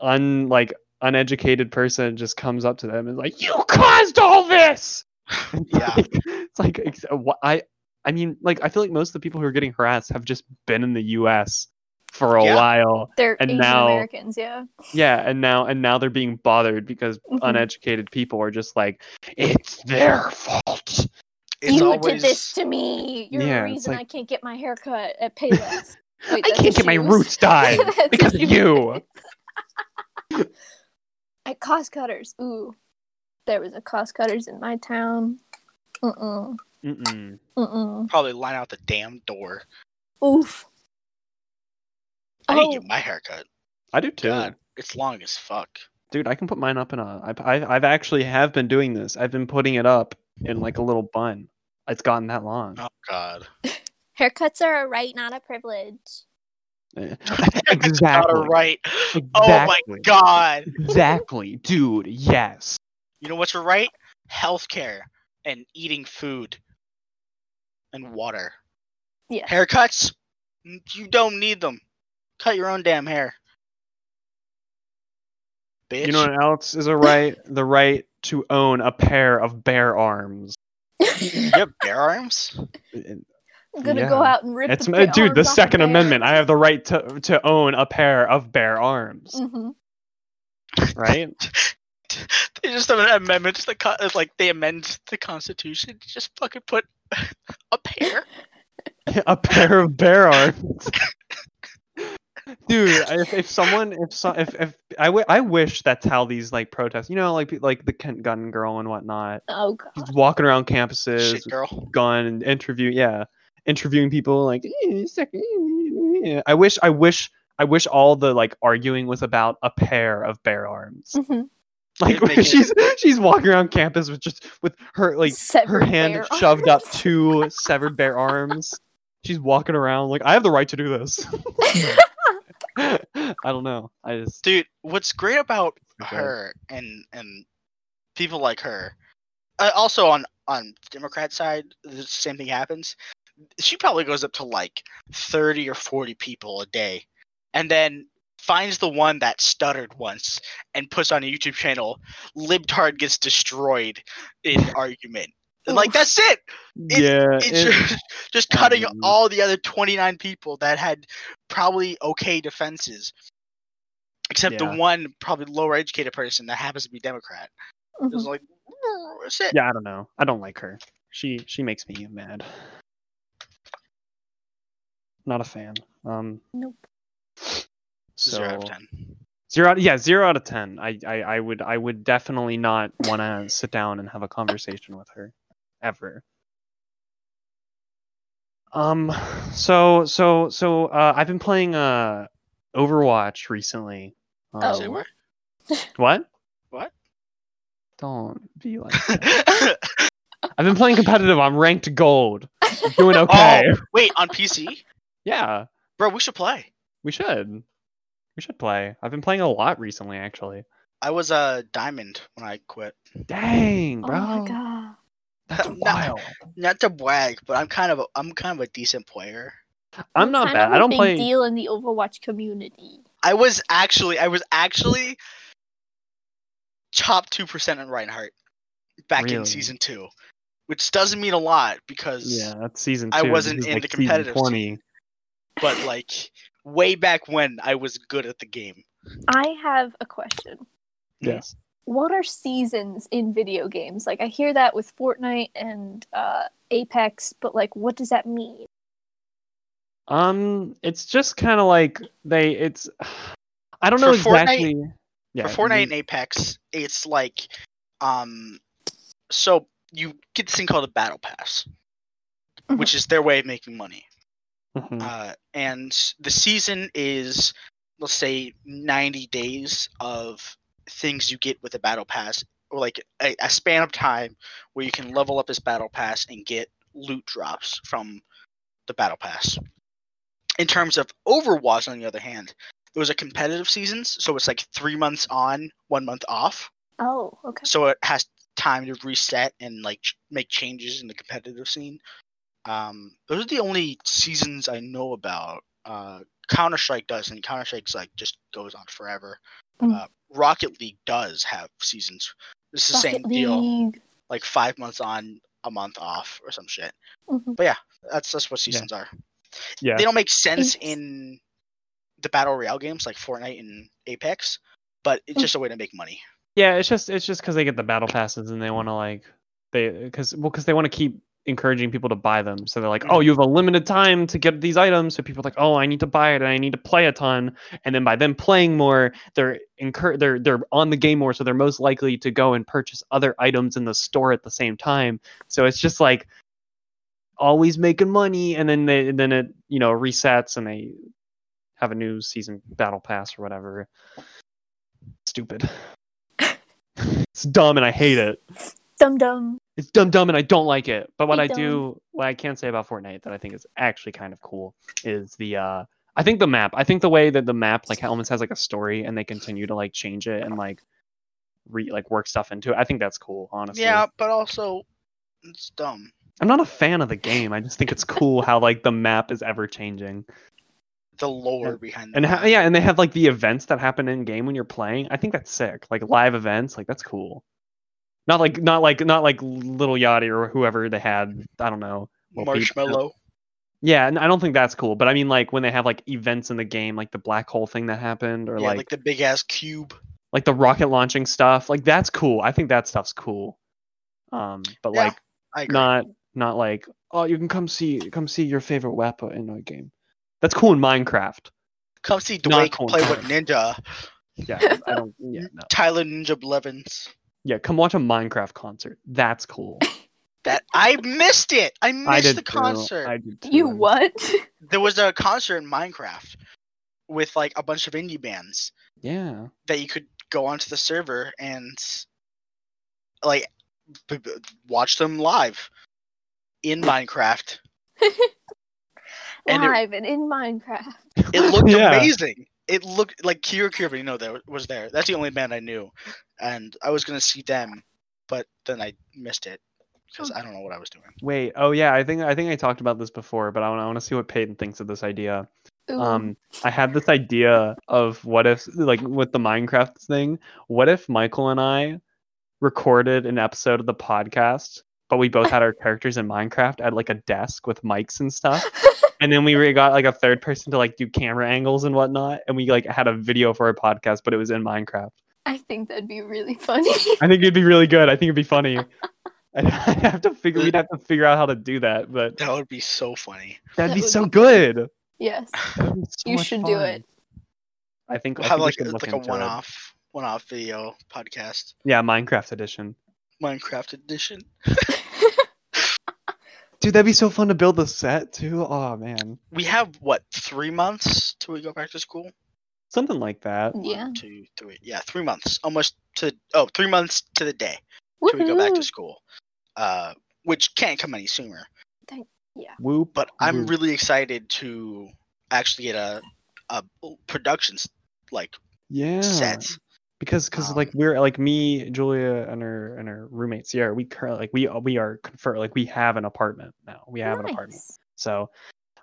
A: un like uneducated person just comes up to them and is like, "You caused all this."
B: Yeah.
A: it's like ex- wh- I I mean, like I feel like most of the people who are getting harassed have just been in the U.S. for a
B: Yeah.
A: while.
C: They're
A: And
C: Asian
A: now-
C: Americans, yeah.
A: Yeah, and now and now they're being bothered because
C: Mhm.
B: Mm-hmm.
A: uneducated people are just like, "It's their fault."
B: It's
C: you
B: always
C: did this to me. You're
A: Yeah,
C: the
A: it's
C: reason
A: like-
C: I can't get my hair cut at Payless. Wait,
A: I
C: that's
A: can't get my
C: issues.
A: roots dyed
C: That's
A: because of
C: issues.
A: you.
C: At cost cutters. Ooh. There was a cost cutters in my town. Mm-mm.
A: Mm-mm.
C: Mm-mm.
B: probably line out the damn door.
C: Oof.
B: I need to
C: Oh,
B: get my haircut.
A: I do too.
B: God, it's long as fuck.
A: dude i can put mine up in a I've, I've, I've actually have been doing this i've been putting it up in like a little bun it's gotten that long
B: Oh God.
C: haircuts are a right, not a privilege.
A: Eh,
B: Got it
A: exactly
B: right.
A: exactly
B: Oh my God.
A: exactly dude yes
B: You know what's a right? Healthcare and eating food and water.
C: Yeah.
B: Haircuts, n- you don't need them. Cut your own damn hair. Bitch.
A: you know what else is a right the right to own a pair of bare arms
B: you have bare arms?
A: It-
C: I'm gonna
A: Yeah.
C: go out and rip.
A: it's eh,
C: the ba-
A: dude the
C: arms off
A: second
C: bear.
A: amendment i have the right to to own a pair of bare arms
C: Mhm.
A: right
B: They just have an amendment to the co- it's like they amend the Constitution to just fucking put a pair.
A: a pair of bear arms. Dude, if, if someone if so, if if I, w- I wish that's how these like protests. You know, like pe- like the Kent Gun girl and whatnot.
C: Oh god.
A: She's walking around campuses,
B: Shit, girl.
A: gun and interview. Yeah, interviewing people. Like, "Eh, sec- eh, eh, eh." I wish I wish I wish all the like arguing was about a pair of bare arms.
C: Mhm.
A: Like
B: It'd make it-
A: she's she's walking around campus with just with her like her
C: Severed
A: hand
C: bare
A: shoved up
C: arms.
A: two severed bare arms. She's walking around like I have the right to do this. I don't know. I just
B: Dude, what's great about
A: Okay.
B: her and and people like her, uh, also on on Democrat side, the same thing happens. She probably goes up to like thirty or forty people a day, and then finds the one that stuttered once and puts on a YouTube channel. Libtard gets destroyed in argument. And like
C: Oof.
B: that's it. It's-
A: yeah.
B: It's
A: Uh, it-
B: just, just cutting
A: um,
B: all the other 29 people that had probably okay defenses except
A: Yeah.
B: the one probably lower educated person that happens to be democrat it was
C: Mhm.
B: like "Oh, that's it.
A: yeah, I don't know. I don't like her. She she makes me mad. Not a fan. Um.
C: Nope.
A: So
B: zero out of 10
A: zero out- yeah zero out of ten. I I, I would I would definitely not want to sit down and have a conversation with her ever. Um. So so so uh, I've been playing uh Overwatch recently. Um,
C: Oh.
B: Same word.
A: What?
B: What?
A: Don't be like. that. I've been playing competitive. I'm ranked gold. I'm doing okay.
B: oh wait on pc
A: Yeah,
B: bro we should play
A: we should. We should play. I've been playing a lot recently, actually.
B: i was a diamond when i quit
A: Dang,
C: Oh
A: bro.
C: my god.
A: That's
B: No.
A: wild.
B: not to brag but i'm kind of a, i'm kind of a decent player
A: I'm not
C: Kind
A: bad.
C: of a
A: I don't
C: big
A: play.
C: deal in the Overwatch community.
B: i was actually i was actually top 2% in reinhardt back in
A: Really?
B: season 2 which doesn't mean a lot because
A: Yeah, that's season two.
B: I
A: This
B: wasn't
A: is
B: in
A: like
B: the
A: season
B: competitive
A: 20.
B: scene. but like way back when I was good at the game.
C: I have a question.
A: Yes.
C: What are seasons in video games? Like I hear that with Fortnite and uh, Apex, but like what does that mean?
A: Um, it's just kind of like they. It's. I don't know
B: For Fortnite-
A: exactly. yeah.
B: For Fortnite and
A: you-
B: Apex, it's like um so you get this thing called a battle pass, which is their way of making money.
A: Mhm.
B: Uh, and the season is let's say 90 days of things you get with a battle pass or like a, a span of time where you can level up this battle pass and get loot drops from the battle pass in terms of overwatch on the other hand it was a competitive season so it's like three months on one month off
C: Oh, okay.
B: so it has time to reset and like ch- make changes in the competitive scene. Um, those are the only seasons I know about. Uh, Counter Strike doesn't. Counter Strike's like just goes on forever.
C: Mm.
B: Uh, Rocket League does have seasons. It's the same
C: Rocket
B: deal,
C: League.
B: like five months on, a month off, or some shit.
C: Mhm.
B: That's that's what seasons are.
A: Yeah.
B: They don't make sense
C: Apex.
B: in the battle royale games like Fortnite and Apex, but it's
C: Mm.
B: just a way to make money.
A: Yeah, it's just it's just because they get the battle passes and they want to like they because well because they want to keep encouraging people to buy them. So they're like, oh, you have a limited time to get these items. So people are like, oh, I need to buy it and I need to play a ton. And then by them playing more, they're incur they're they're on the game more, so they're most likely to go and purchase other items in the store at the same time. So it's just like always making money, and then they and then it you know resets and they have a new season battle pass or whatever. Stupid. It's dumb and I hate it.
C: Dum dum.
A: It's dumb dumb and I don't like it. But what
C: Hey,
A: I do what I can say about Fortnite that I think is actually kind of cool is the uh I think the map. I think the way that the map like almost has like a story and they continue to like change it and like re like work stuff into it. I think that's cool, honestly.
B: Yeah, but also it's dumb.
A: I'm not a fan of the game. I just think it's cool how like the map is ever changing.
B: the lore behind
A: And
B: the
A: ha-
B: game.
A: yeah, and they have like the events that happen in game when you're playing. I think that's sick. Like live events, like that's cool. Not like not like not like little Yachty or whoever they had. I don't know. Well, people-
B: marshmallow.
A: Yeah, and I don't think that's cool. But I mean, like when they have like events in the game, like the black hole thing that happened, or like
B: yeah, like,
A: like the-,
B: the big ass cube.
A: rocket launching stuff. Like that's cool. I think that stuff's cool. Um, but
B: Yeah,
A: like
B: I agree.
A: not not like oh, you can come see come see your favorite weapon in a game. That's cool in Minecraft.
B: Come see
A: not
B: Dwayne
A: cool.
B: play with Ninja.
A: Yeah, I don't. Yeah, no.
B: Tyler Ninja Blevins.
A: Yeah, come watch a Minecraft concert. That's cool.
B: That I missed it. I missed
A: I did
B: the
A: too.
B: concert.
A: I did too.
C: You what?
B: There was a concert in Minecraft with like a bunch of indie bands
A: Yeah.
B: that you could go onto the server and like b- b- watch them live in Minecraft. And it-
C: Live and in Minecraft.
B: It looked
A: Yeah.
B: amazing. It looked like Kira Kira you know there was there. That's the only band I knew, and I was gonna see them, but then I missed it because I don't know what I was doing.
A: Wait. Oh yeah. I think I think I talked about this before, but I want I want to see what Peyton thinks of this idea.
C: Ooh.
A: Um,
C: Oh.
A: I had this idea of what if, like, with the Minecraft thing, what if Michael and I recorded an episode of the podcast, but we both had our characters in Minecraft at like a desk with mics and stuff, and then we re- got like a third person to like do camera angles and whatnot, and we like had a video for our podcast, but it was in Minecraft.
C: I think that'd be really funny.
A: I think it'd be really good. I think it'd be funny. I'd I'd have to figure. We'd have to figure out how to do that, but
B: That would be so funny.
A: that'd
C: That
A: be
C: would
A: so
C: be
A: good.
C: yes.
A: That'd be so
C: You
A: much
C: should do
A: fun.
C: it.
A: I think I
B: We'll
A: think
B: have
A: we
B: like
A: should
B: a-
A: look
B: like a
A: into it.
B: one-off one-off video podcast,
A: Yeah, Minecraft edition.
B: Minecraft edition.
A: Dude, that'd be so fun to build the set too. Oh man,
B: We have what three months till we go back to school.
A: something like that.
B: One,
C: yeah.
B: two, three. Yeah, three months almost to oh three months to the day till we go back to
C: Woohoo.
B: school, uh, which can't come any sooner.
A: Whoop.
B: but I'm
A: whoop.
B: really excited to actually get a a production s- like
A: yeah.
B: set.
A: Because because
B: Um,
A: like we're like me, Julia, and her and her roommate Sierra. We currently like we we are confer like we have an apartment now. We have an apartment,
C: Nice.
A: so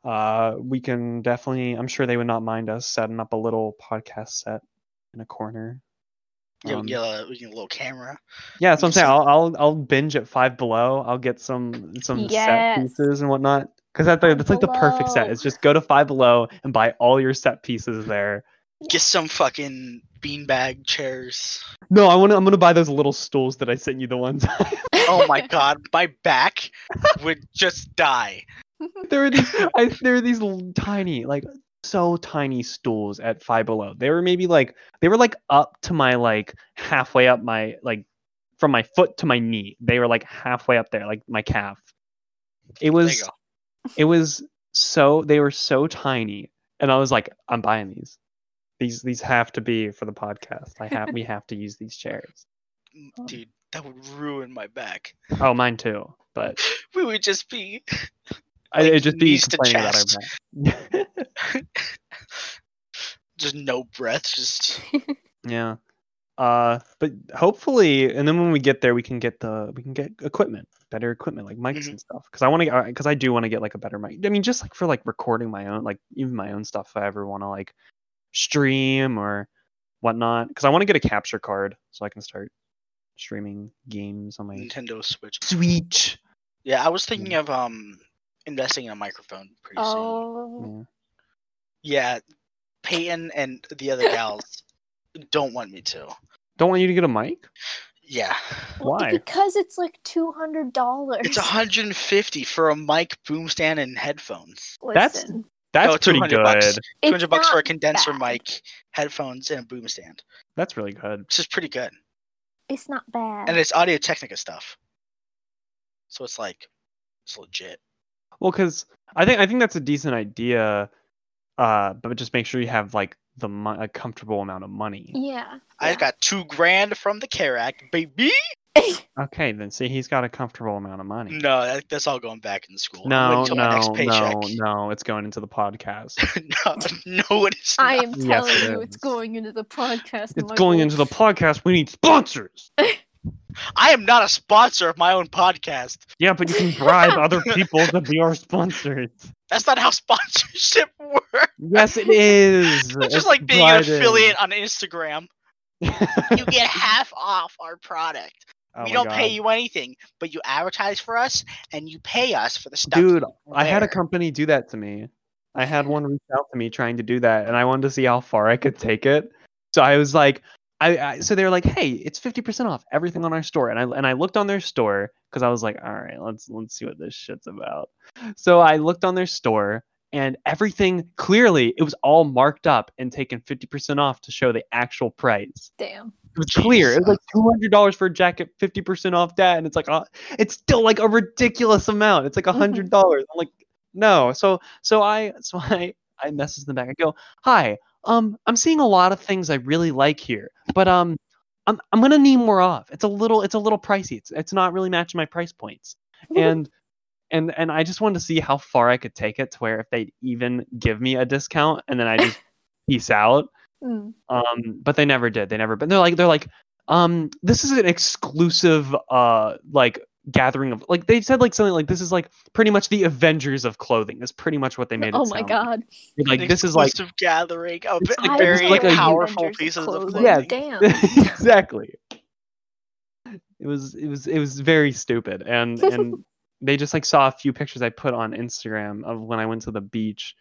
A: uh we can definitely. I'm sure they would not mind us setting up a little podcast set in a corner.
B: Yeah, we
A: Um,
B: can get a, we can get a little camera.
A: Yeah, that's what I'm saying.
B: Just-
A: I'll, I'll I'll binge at Five Below. I'll get some some set
C: Yes.
A: pieces and whatnot. Because that's, like-
C: Five
A: that's like the perfect set.
C: Below.
A: It's just go to Five Below and buy all your set pieces there.
B: Get some fucking beanbag chairs.
A: No, I want to. I'm gonna buy those little stools that I sent you the one time.
B: Oh my god, my back would just die.
A: there were these. I, there were these l- tiny, like so tiny stools at Five Below. They were maybe like they were like up to my like halfway up my like from my foot to my knee. They were like halfway up there, like my calf. It
B: There you
A: was
B: go.
A: it was so they were so tiny and i was like i'm buying these these these have to be for the podcast i have we have to use these chairs
B: Mm, Dude, that would ruin my back.
A: oh mine too but
B: We would just be
A: I,
B: Like,
A: it'd just be
B: knees to
A: complaining about
B: chest.
A: our back.
B: just no breath, just
A: yeah uh but hopefully and then when we get there we can get the we can get equipment better equipment like mics
B: Mhm.
A: and stuff because i want to because i do want to get like a better mic i mean just like for like recording my own like even my own stuff if i ever want to like stream or whatnot because i want to get a capture card so i can start streaming games on my
B: Nintendo Switch.
A: switch
B: Yeah, I was thinking of um investing in a microphone pretty soon.
C: oh.
A: yeah.
B: Yeah, Peyton and the other gals don't want me to.
A: don't want you to get a mic
B: Yeah,
A: Why?
C: Because it's like two hundred dollars.
B: it's 150 for a mic, boom stand, and headphones.
A: That's- that's
B: No,
A: pretty
B: 200
A: good
B: bucks. 200 bucks for a condenser
C: bad.
B: mic, headphones, and a boom stand,
A: that's really good
B: which is pretty good.
C: It's not bad.
B: And it's Audio Technica stuff, so it's like it's legit.
A: Well, because I think I think that's a decent idea, uh, but just make sure you have like the mon- a comfortable amount of money.
C: yeah.
B: I got two grand from the CARE Act, baby.
A: Okay, then see he's got a comfortable amount of money.
B: No, that, that's all going back in school.
A: No,
B: Wait till my
A: no,
B: Mm, next
A: no,
B: paycheck.
A: no, it's going into the podcast.
B: no, no, it is.
C: I
B: not.
C: am
A: Yes,
C: telling
A: it
C: you, it's
A: is.
C: going into the podcast.
A: it's going into the podcast. We need sponsors.
B: I am not a sponsor of my own podcast.
A: Yeah, but you can bribe other people to be our sponsors.
B: That's not how sponsorship works.
A: Yes, it is.
B: It's
A: It's
B: just like being an
A: bribing.
B: affiliate on Instagram. You get half off our product.
A: Oh
B: we
A: my
B: don't
A: God.
B: pay you anything, but you advertise for us and you pay us for the stuff.
A: Dude,
B: you
A: I had a
B: wear.
A: company do that to me. I had one reach out to me trying to do that, and I wanted to see how far I could take it. So I was like, I, I so they were like, hey, it's fifty percent off everything on our store, and I and I looked on their store because I was like, all right, let's let's see what this shit's about. So I looked on their store, and everything clearly it was all marked up and taken 50% off to show the actual price.
C: Damn.
A: It was clear. It was like two hundred dollars for a jacket, fifty percent off that, and it's like, uh, it's still like a ridiculous amount. It's like a hundred dollars. I'm like, no. So so I so I I message them back. I go, hi. Um, I'm seeing a lot of things I really like here, but um, I'm I'm gonna need more off. It's a little it's a little pricey. It's it's not really matching my price points, and. And, and I just wanted to see how far I could take it to where if they'd even give me a discount and then I just peace out
C: Mm.
A: um but they never did they never but they're like they're like um this is an exclusive uh like gathering of like they said like something like this is like pretty much the avengers of clothing is pretty much what they made
C: oh
A: it
C: my
A: sound
C: god.
A: like, Like,
B: An
A: this is like
B: exclusive gathering of
A: It's like-
C: I
A: this is
B: very
A: like a-
B: powerful
C: Avengers
B: pieces of
C: clothes.
B: clothing.
A: Yeah.
C: Damn.
A: exactly it was it was it was very stupid and and they just like saw a few pictures i put on instagram of when i went to the beach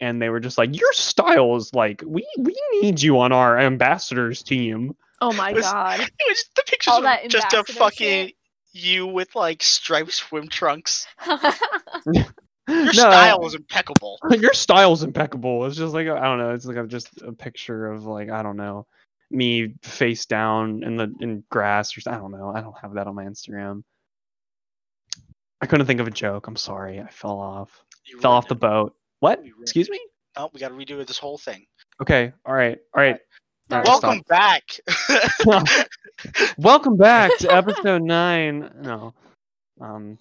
A: and they were just like your style is like we we need you on our ambassadors team
C: Oh my
B: Was-
C: god.
B: It was the pictures
C: All
B: were
C: that
B: just a
C: ambassador
B: fucking you with like striped swim trunks. Your
A: No,
B: style was impeccable.
A: your style's impeccable. It's just like I don't know. It's like a, just a picture of like I don't know me face down in the in grass or s- I don't know. I don't have that on my Instagram. I couldn't think of a joke. I'm sorry. I fell off.
B: You
A: Fell
B: ruined
A: off the
B: it.
A: boat. What?
B: You ruined
A: Excuse me.
B: Oh, we got to redo this whole thing.
A: Okay. All right. All right. All right,
B: Welcome back.
A: stop. Welcome back to episode nine. No. Um.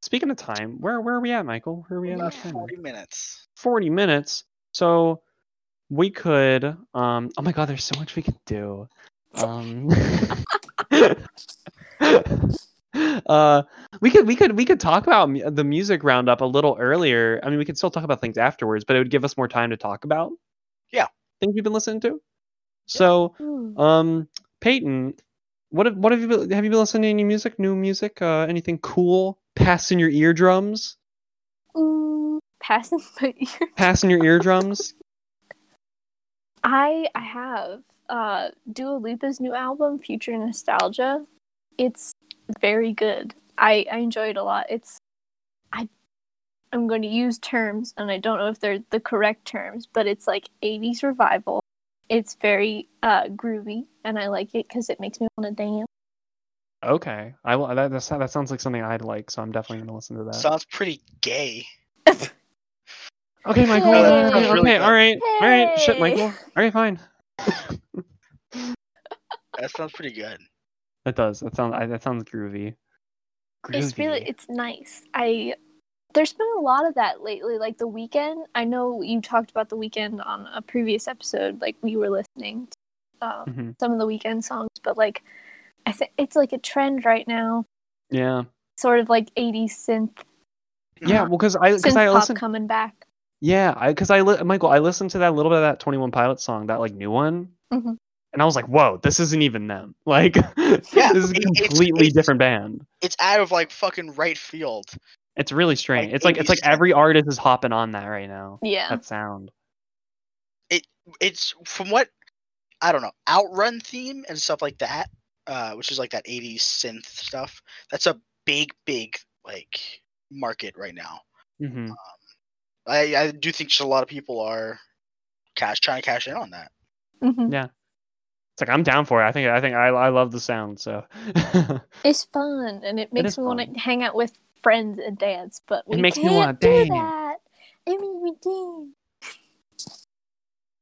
A: Speaking of time, where where are we at, Michael? Where are we at? on
B: About
A: time?
B: Forty minutes.
A: 40 minutes. So we could um oh my god, there's so much we could do. Um uh we could we could we could talk about mu- the music roundup a little earlier. I mean, we could still talk about things afterwards, but it would give us more time to talk about
B: Yeah.
A: things we've been listening to. So,
C: Mm.
A: um Peyton, what have, what have you been, have you been listening to any music, new music, uh anything cool passing your eardrums?
C: Mm, Passing my ear.
A: Passing your eardrums?
C: I I have uh Dua Lipa's new album, Future Nostalgia. It's very good. I I enjoy it a lot. It's I I'm going to use terms and I don't know if they're the correct terms, but it's like 80s revival. It's very uh groovy and I like it cuz it makes me want to dance.
A: Okay, I will. That, that sou- that sounds like something I'd like, so I'm definitely gonna listen to that.
B: Sounds pretty gay.
A: okay, Michael.
C: No, that
A: okay,
C: sounds
B: really
A: okay,
B: good.
A: all right, all right. Shit, Michael.
C: Hey.
A: All right, fine.
B: That sounds pretty good.
A: That does. That sounds. I- That sounds groovy.
C: It's really it's nice. I there's been a lot of that lately. Like the weekend, I know you talked about the weekend on a previous episode. Like we were listening to um,
A: Mhm.
C: some of the weekend songs, but like I think it's like a trend right now,
A: Yeah.
C: sort of like 80s synth
A: Yeah. Well, because I because I
C: synth pop
A: listen.
C: coming back.
A: Yeah. I because I li- Michael. I listened to that little bit of that Twenty One Pilot song, that like new one,
C: Mhm.
A: and I was like, whoa, this isn't even them. Like, this is a
B: it- it's-
A: completely
B: it's-
A: different band.
B: It's out of like fucking right field.
A: It's really strange.
B: like
A: it's like it's like
B: 80s.
A: every artist is hopping on that right now.
C: Yeah.
A: That sound.
B: It's from what I don't know. Outrun theme and stuff like that, uh, which is like that '80s synth stuff. That's a big, big like market right now.
A: Mm-hmm.
B: I, I do think just a lot of people are cash trying to cash in on that.
C: Mhm.
A: It's like I'm down for it. I think I think I I love the sound. So it
C: It's fun and it makes
A: is
C: me want
A: fun.
C: to hang out with friends and dance, but we
A: makes me wanna
C: can't do
A: dance.
C: that. I mean, we do.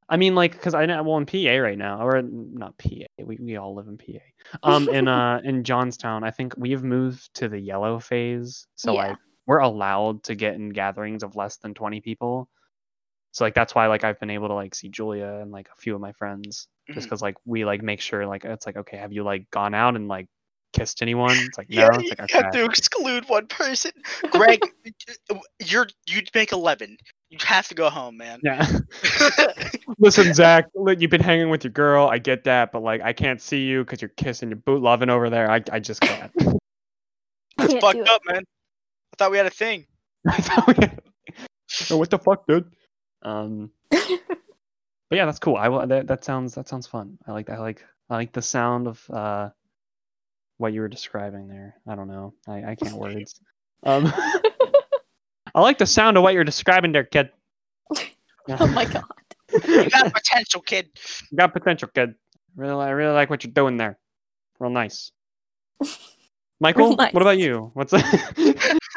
A: I mean like because I know well in PA right now or in- not PA we, we all live in PA. Um in uh in Johnstown I think we have moved to the yellow phase. So
C: Yeah.
A: like we're allowed to get in gatherings of less than twenty people. So like that's why like I've been able to like see Julia and like a few of my friends just
B: Mhm.
A: because like we like make sure like it's like okay have you like gone out and like kissed anyone? It's like
B: Yeah,
A: no. It's
B: you
A: like okay.
B: have to exclude one person. Greg, you're you'd make eleven. You have to go home, man.
A: Yeah. Listen, Zach, look, you've been hanging with your girl. I get that, but like, I can't see you because you're kissing your boot loving over there. I, I just can't.
C: Can't
B: Fucked
C: do it.
B: up, man. I thought we had a thing.
A: Oh, what the fuck, dude? Um, but yeah, that's cool. I will. That, that sounds that sounds fun. I like I like I like the sound of uh, what you were describing there. I don't know. I I can't words. Um, I like the sound of what you're describing there, kid.
C: Oh my god.
B: You got potential, kid.
A: You got potential, kid. Really, I really like what you're doing there. Real nice. Michael,
C: Real nice.
A: what about you? What's that?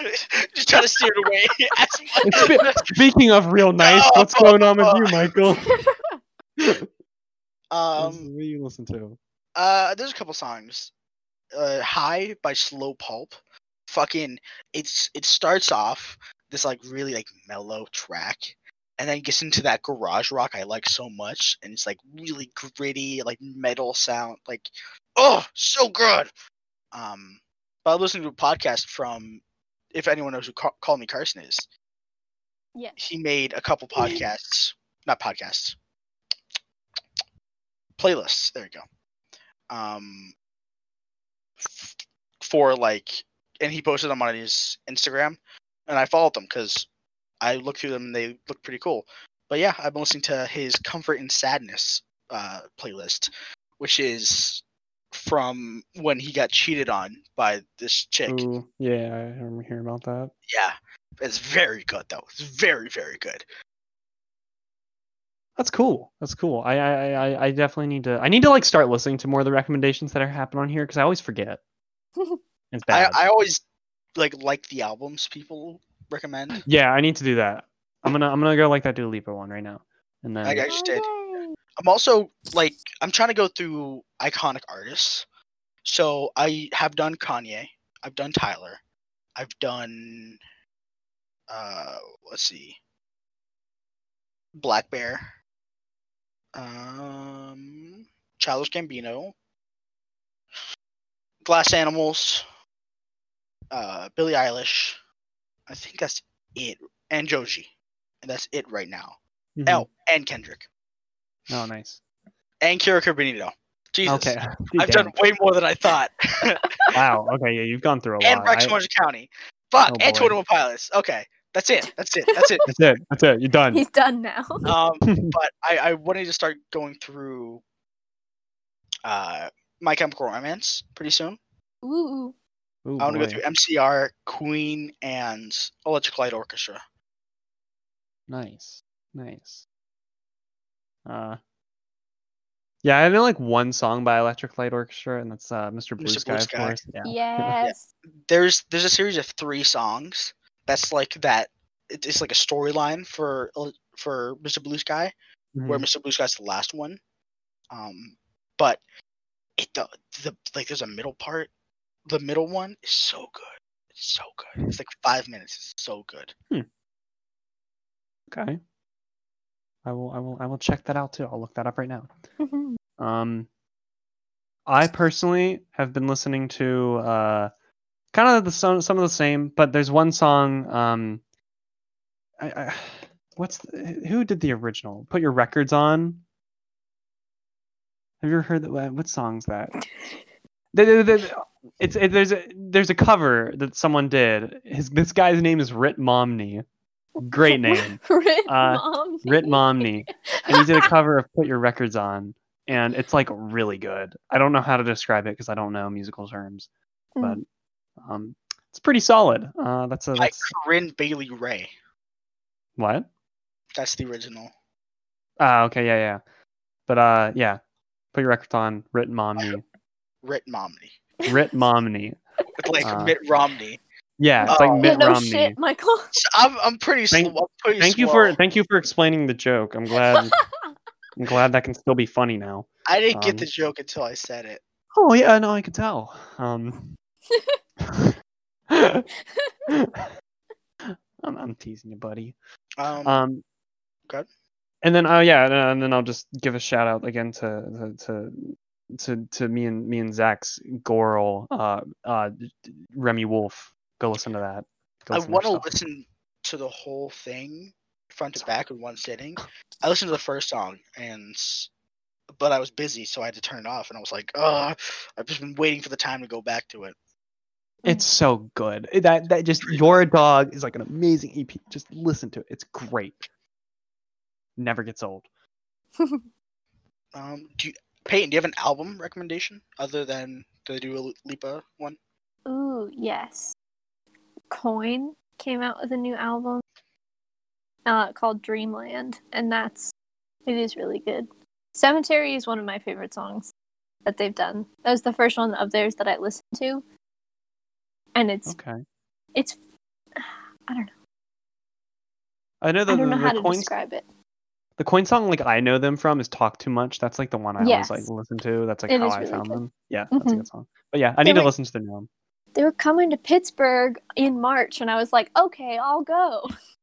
B: Just try to steer it away. As much-
A: Speaking of real nice, what's going on with you, Michael? What
B: um,
A: do you listen to?
B: uh, there's a couple songs. Uh, High by Slow Pulp. Fucking, it's it starts off this like really like mellow track, and then gets into that garage rock I like so much, and it's like really gritty, like metal sound, like oh, so good. Um, but I listened to a podcast from, if anyone knows who Ca- Call Me Carson is,
C: Yes.
B: he made a couple podcasts, not podcasts, playlists. There you go. Um, f- for like, and he posted them on his Instagram, and I followed them because I looked through them and they look pretty cool. But yeah, I've been listening to his Comfort and Sadness uh, playlist, which is from when he got cheated on by this chick.
A: Ooh, yeah, I remember hearing about that.
B: Yeah, it's very good though. It's very very good.
A: That's cool. That's cool. I I I- I, I definitely need to. I need to like start listening to more of the recommendations that are happening on here because I always forget. it's
B: I,
A: bad.
B: I always like like the albums people recommend.
A: Yeah, I need to do that. I'm gonna I'm gonna go like that Dua Lipa one right now, and then
B: I got- just did. I'm also like I'm trying to go through iconic artists. So I have done Kanye, I've done Tyler, I've done uh let's see. Black Bear. Um Childish Gambino. Glass Animals. Uh Billie Eilish. I think that's it. And Joji. And that's it right now.
A: Mhm.
B: Oh, and Kendrick
A: Oh, nice.
B: and Kiriko Benito. Jesus.
A: Okay.
B: I've done way more than I thought.
A: Wow. Okay. Yeah, you've gone through a
B: and
A: lot.
B: Rex
A: I-
B: Orange County. Fuck.
A: Oh,
B: and
A: boy.
B: 21 Pilots. Okay. That's it. That's it. That's it.
A: That's it. That's it. You're done.
C: He's done now.
B: um, but I, I wanted to start going through uh, My Chemical Romance pretty soon.
C: Ooh.
A: Ooh,
B: I want to go
A: Oh, boy.
B: through MCR, Queen, and Electric Light Orchestra.
A: Nice. Nice. Uh. Yeah, I know like one song by Electric Light Orchestra, and that's uh, Mr. Blue
B: Blue
A: Sky, of
B: Sky.
A: course. Yeah.
C: Yes.
B: There's there's a series of three songs that's like that. it- It's like a storyline for Ele- for Mr. Blue Sky, where
A: Mhm.
B: Mr. Blue Sky's the last one. Um, but it the, the like there's a middle part. The middle one is so good. It's so good. It's like five minutes. It's so good.
A: Okay. I will. I will. I will check that out too. I'll look that up right now.
C: Mhm.
A: Um, I personally have been listening to uh, kind of the some some of the same, but there's one song. Um, I, I, what's the, who did the original? Put your records on. Have you ever heard that? what- What song's that? They- they- they- It's it, there's a there's a cover that someone did. His this guy's name is Rit Momney. Great name.
C: Rit
A: Uh,
C: mom.
A: Rit Momney and he did a cover of "Put Your Records On," and it's like really good. I don't know how to describe it because I don't know musical terms, but
C: Mm.
A: um, it's pretty solid. Uh, that's a
B: By
A: that's
B: Corinne Bailey Ray.
A: what?
B: That's the original.
A: Ah, okay, yeah, yeah. But uh, yeah, "Put Your Records On," Rit Momney,
B: Rit Romney.
C: Hmm.
A: Rit Momney.
B: It's like
A: Uh,
B: Mitt Romney.
A: Yeah, it's
B: Oh.
A: like
C: Yeah,
A: Mitt
C: no
A: Romney.
C: shit, Michael.
B: So I'm I'm pretty.
A: Thank-
B: slow, I'm pretty
A: Thank you
B: slow.
A: for thank you for explaining the joke. I'm glad I'm glad that can still be funny now.
B: I didn't get the
A: um,
B: joke until I said it.
A: Oh yeah, no, I could tell. Um, I'm, I'm teasing you, buddy.
B: Um,
A: Um,
B: okay.
A: And then oh yeah, and, and then I'll just give a shout out again to to to to, to me and me and Zach's Goral, uh, uh, Remy Wolf. Go listen to that. Go
B: I
A: listen
B: want
A: their
B: to
A: stuff.
B: listen to the whole thing front to back in one sitting. I listened to the first song and s- but I was busy so I had to turn it off and I was like, "Uh, I've just been waiting for the time to go back to it."
A: It's so good. That that just your dog is like an amazing EP. Just listen to it. It's great. Never gets old.
B: Um, do you, Peyton, do you have an album recommendation other than the Dua Lipa one?
C: Ooh, yes. Coin came out with a new album uh, called Dreamland, and that's it is really good. Cemetery is one of my favorite songs that they've done. That was the first one of theirs that I listened to, and it's
A: Okay.
C: it's
A: I know
C: I
A: that
C: don't know
A: the,
C: how
A: the
C: to
A: coin
C: describe it.
A: the coin song like I know them from is "Talk Too Much." That's like the one I
C: Yes.
A: always like listen to. That's like
C: It
A: how
C: is
A: I
C: really
A: found
C: good.
A: them. Yeah, that's a
C: Mhm.
A: good song. But yeah, I
C: They
A: need to
C: were-
A: listen to the new one.
C: They were coming to Pittsburgh in March, and I was like, okay, I'll go.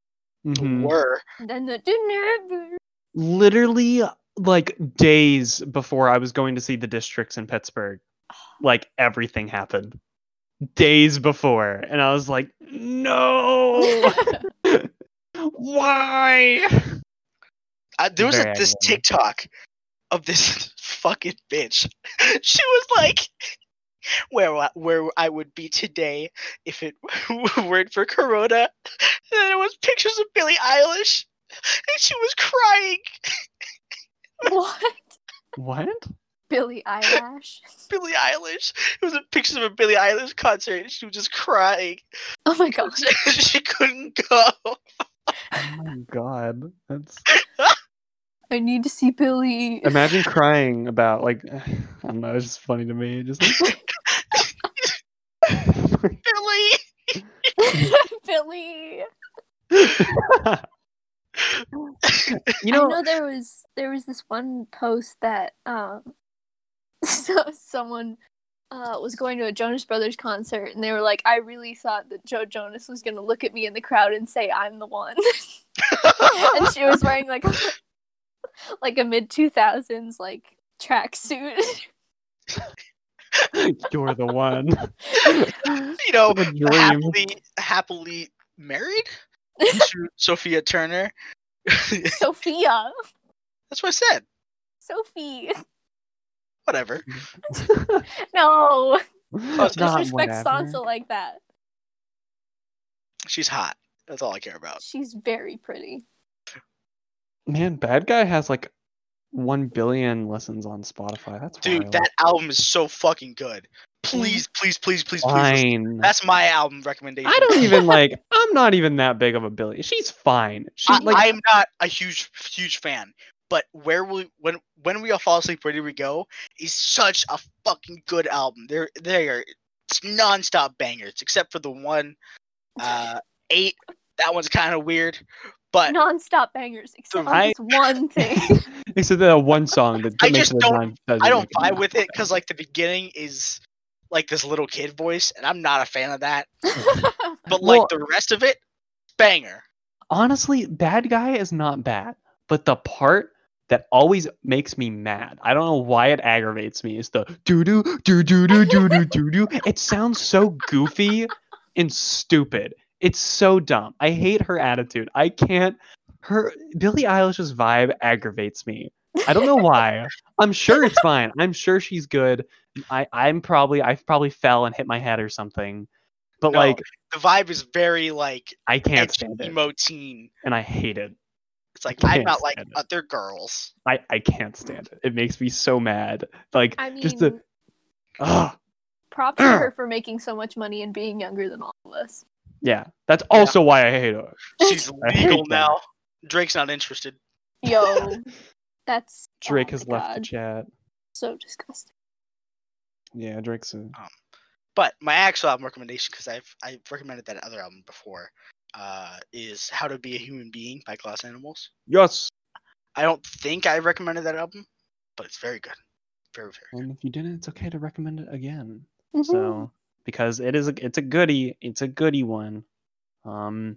A: Mhm.
B: Were
C: And then the
A: Literally like days before I was going to see the districts in Pittsburgh, like everything happened. Days before, and I was like, "No, why?"
B: I, there was a,
A: Very
B: this
A: angry.
B: TikTok of this fucking bitch. She was like, "Where wa- where I would be today if it weren't for Corona." And then it was pictures of Billie Eilish, and she was crying.
C: what?
A: What?
C: Billy Eyelash.
B: Billie Eilish. It was a picture of a Billie Eilish concert, and she was just crying.
C: Oh my gosh.
B: she couldn't go.
A: Oh my god, that's
C: I need to see Billy.
A: imagine crying about like I don't know. It's just funny to me. Just like-
B: Billie.
C: Billy.
A: you know,
C: I know there was there was this one post that um so someone uh, was going to a Jonas Brothers concert and they were like, I really thought that Joe Jonas was gonna look at me in the crowd and say I'm the one. and she was wearing like a, like a mid two thousands like tracksuit.
A: you're the one.
B: you know,
A: The dream.
B: happily, happily married to Sophia Turner. That's
C: Sophia.
B: what I said.
C: Sophie.
B: Whatever.
C: No.
A: Not
C: Disrespect
A: whatever.
C: Sansa like that.
B: She's hot. That's all I care about.
C: She's very pretty.
A: Man, bad guy has like one billion listens on Spotify. That's
B: Dude,
A: wild.
B: that album is so fucking good. Please, please, please, please, please. listen.
A: fine.
B: That's my album recommendation.
A: I don't even like. I'm not even that big of a billion. She's fine. She
B: I,
A: like.
B: I am not a huge, huge fan. But where we when when we all fall asleep, where do we go? Is such a fucking good album. There, there are it's nonstop bangers, except for the one uh eight. That one's kind of weird, but
C: Non-stop bangers, except for
A: I-
C: this one thing.
A: except that one song that, that
B: I
A: makes
B: just
A: it a
B: don't-
A: non- doesn't
B: I don't
A: make
B: vibe with it because like the beginning is like this little kid voice, and I'm not a fan of that. But like
A: Well-
B: the rest of it, banger.
A: honestly, bad guy is not bad, but the part that always makes me mad, I don't know why it aggravates me, is the doo doo doo doo doo doo doo doo doo. It sounds so goofy and stupid. It's so dumb. I hate her attitude. I can't. Her Billie Eilish's vibe aggravates me. I don't know why. I'm sure it's fine. I'm sure she's good. I I'm probably I probably fell and hit my head or something. But
B: No.
A: like
B: The vibe is very like
A: I can't
B: edgy,
A: stand it,
B: emo teen.
A: and I hate it.
B: It's like
A: I
B: I'm not
A: can't
B: like
A: stand it.
B: other girls.
A: I I can't stand it. It makes me so mad. Like
C: I mean,
A: just the ah
C: props to her for making so much money and being younger than all of us.
A: yeah. That's
B: Yeah.
A: also why I hate
C: Oh
A: her.
B: She's
A: I hate
B: legal
A: that.
B: now. Drake's not interested.
C: Yo, that's
A: Drake
C: oh
A: has
C: my
A: left the
C: God,
A: chat.
C: So disgusting.
A: Yeah, Drake's. A...
B: But my actual album recommendation, because I've I've recommended that other album before, uh, is How to Be a Human Being by Glass Animals.
A: Yes.
B: I don't think I recommended that album, but it's very good. Very very.
A: And if you didn't, it's okay to recommend it again.
C: Mhm.
A: So because it is a, it's a goodie. It's a goodie one. Um.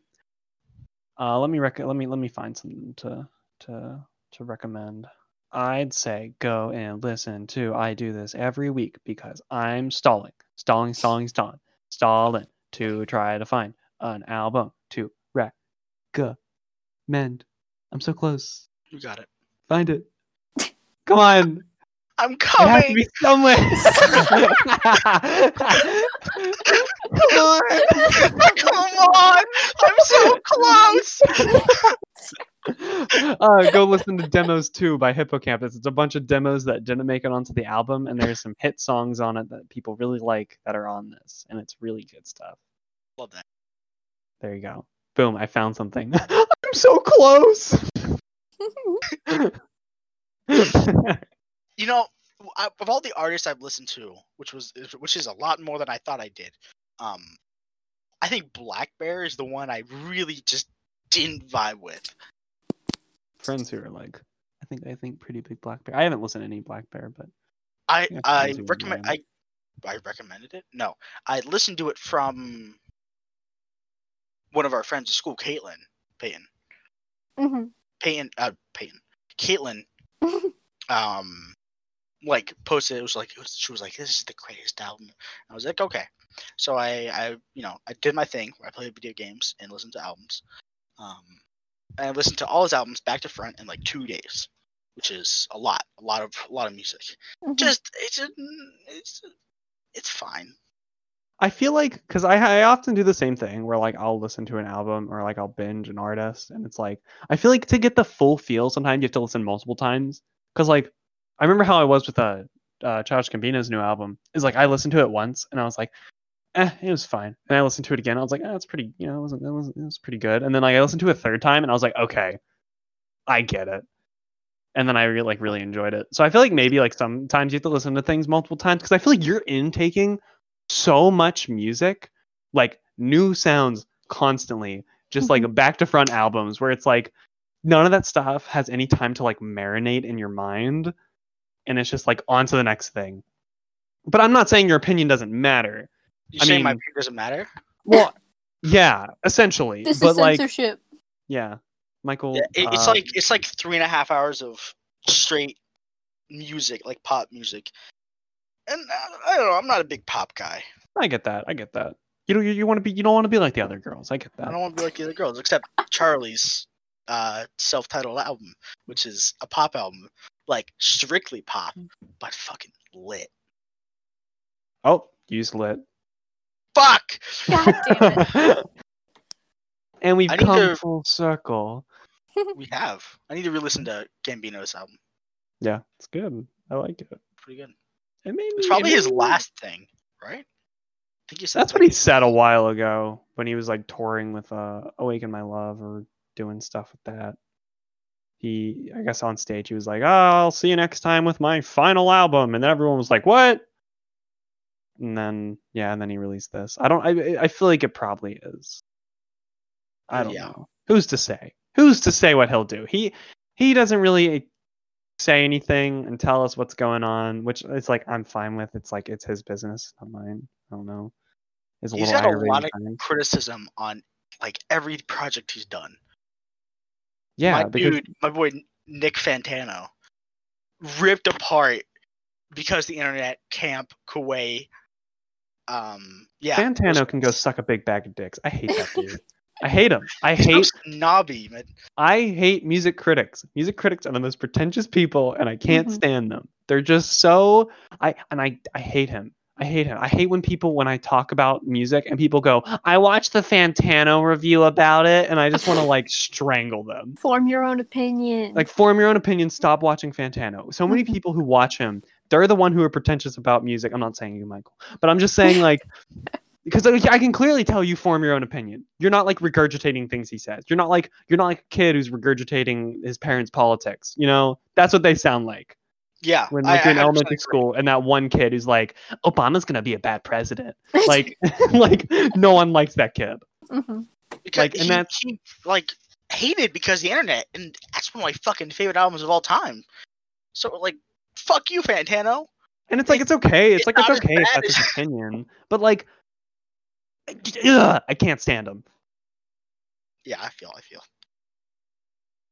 A: Uh, let me rec- let me let me find something to to to recommend. I'd say go and listen to I do this every week because I'm stalling, stalling, stalling, stalling, stalling to try to find an album to recommend. I'm so close.
B: You got it.
A: Find it. Come on.
B: I'm
A: It has to
B: coming.
A: be somewhere. Come on.
B: Come on. I'm so close.
A: uh, go listen to Demos 2 by Hippocampus. It's a bunch of demos that didn't make it onto the album, and there's some hit songs on it that people really like that are on this, and it's really good stuff.
B: Love that.
A: There you go. Boom, I found something. I'm so close.
C: Mm-hmm.
B: You know, I- of all the artists I've listened to, which was which is a lot more than I thought I did. Um, I think Black Bear is the one I really just didn't vibe with.
A: Friends who are like, I think I think pretty big black bear. I haven't listened to any black bear, but
B: I
A: Yeah,
B: I
A: Friends is
B: recommend I
A: mine.
B: I recommended it. No, I listened to it from one of our friends at school, Caitlin Payton.
C: Mhm.
B: Peyton, uh, Peyton, Caitlin,
C: Mm-hmm.
B: um, like posted. It was like it was- she was like, "This is the greatest album." I was like, "Okay," so I, I, you know, I did my thing. Where I played video games and listened to albums. Um, and I listened to all his albums back to front in like two days, which is a lot, a lot of, a lot of music.
C: Mhm.
B: Just it's, a- it's, it's fine.
A: I feel like because I I often do the same thing where like I'll listen to an album or like I'll binge an artist and it's like I feel like to get the full feel sometimes you have to listen multiple times because like I remember how I was with uh, uh Childish Gambino's new album is like I listened to it once and I was like eh it was fine and I listened to it again I was like oh, it's pretty you know it wasn't it was it was pretty good and then like I listened to it a third time and I was like okay I get it and then I re- like really enjoyed it so I feel like maybe like sometimes you have to listen to things multiple times because I feel like you're intaking so much music, like new sounds constantly, just like back to front albums where it's like none of that stuff has any time to like marinate in your mind and it's just like on to the next thing. But I'm not saying your opinion doesn't matter.
B: You
A: I
B: saying my
A: mean-
B: opinion doesn't matter?
A: Well, yeah, essentially.
C: This
A: but
C: is
A: like
C: censorship.
A: yeah. Michael
B: Yeah, it, it's
A: uh,
B: like it's like three and a half hours of straight music, like pop music. And uh, I, I don't know. I'm not a big pop guy.
A: I get that. I get that. You don't you, you want to be you don't want to be like the other girls. I get
B: I
A: that.
B: don't want to be like the other girls, except Charlie's uh, self-titled album, which is a pop album, like strictly pop,
A: Hmm.
B: but fucking lit.
A: Oh, use lit.
B: Fuck.
C: God damn it.
A: and we've
B: I need
A: come
B: to-
A: full circle.
B: We have. I need to re-listen to Gambino's album.
A: Yeah, it's good. I like it.
B: Pretty good.
A: It made
B: It's
A: me-
B: probably
A: it
B: his
A: made me-
B: last thing, right? I think he said
A: That's
B: like
A: what he
B: his-
A: said a while ago when he was like touring with uh, "Awaken My Love" or doing stuff with that. He, I guess, on stage he was like, "Oh, I'll see you next time with my final album," and then everyone was like, "What?" And then yeah, and then he released this. I don't. I I feel like it probably is. I don't
B: Yeah.
A: know. Who's to say? Who's to say what he'll do? He he doesn't really say anything and tell us what's going on, which it's like I'm fine with. It's like it's his business, not mine. I don't know. It's a
B: He's
A: little
B: had a lot
A: aggravating thing.
B: criticism on like every project he's done.
A: Yeah,
B: my
A: because
B: dude, my boy Nick Fantano, ripped apart because the internet camp Kuwait. Um, yeah,
A: Fantano can go suck a big bag of dicks. I hate that dude. I hate him. I
B: He's so
A: hate
B: snobby, man.
A: I hate music critics. Music critics are the most pretentious people, and I can't
C: Mhm.
B: Mm-hmm.
A: stand them. They're just so I and I I hate him. I hate him. I hate when people when I talk about music and people go, "I watched the Fantano review about it," and I just want to like strangle them.
C: Form your own opinion.
A: Like, form your own opinion. Stop watching Fantano. So many
B: Mm-hmm.
C: Mhm.
A: people who watch him, they're the one who are pretentious about music. I'm not saying you, Michael, but I'm just saying like. Because I I can clearly tell you form your own opinion. You're not like regurgitating things he says. You're not like you're not like a kid who's regurgitating his parents' politics. You know that's what they sound like
B: Yeah,
A: when
B: I-
A: like
B: I
A: you're in
B: 100%
A: elementary
B: agree.
A: school and that one kid who's like Obama's gonna be a bad president. Like like no one likes that kid.
C: Mhm.
B: Because
A: like, and
B: he,
A: that's-
B: he like hated because the internet, and that's one of my fucking favorite albums of all time. So like, fuck you, Fantano.
A: And it's like it's okay. It's
B: it's
A: like it's
B: not as
A: okay if
B: bad
A: that's
B: as-
A: his opinion. But like, ugh, I can't stand him.
B: Yeah, I feel, I feel.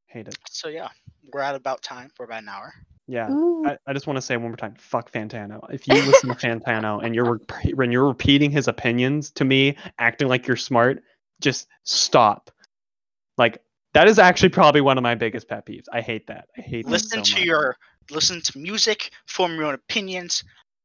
A: Hate it.
B: So yeah, we're at about time. We're about an hour.
A: Yeah.
C: Ooh.
A: I, I just want to say one more time, fuck Fantano. If you listen to Fantano and you're rep- when you're repeating his opinions to me, acting like you're smart, just stop. Like that is actually probably one of my biggest pet peeves. I hate that. I hate. that
B: Listen
A: so
B: to
A: much.
B: your, listen to music, form your own opinions,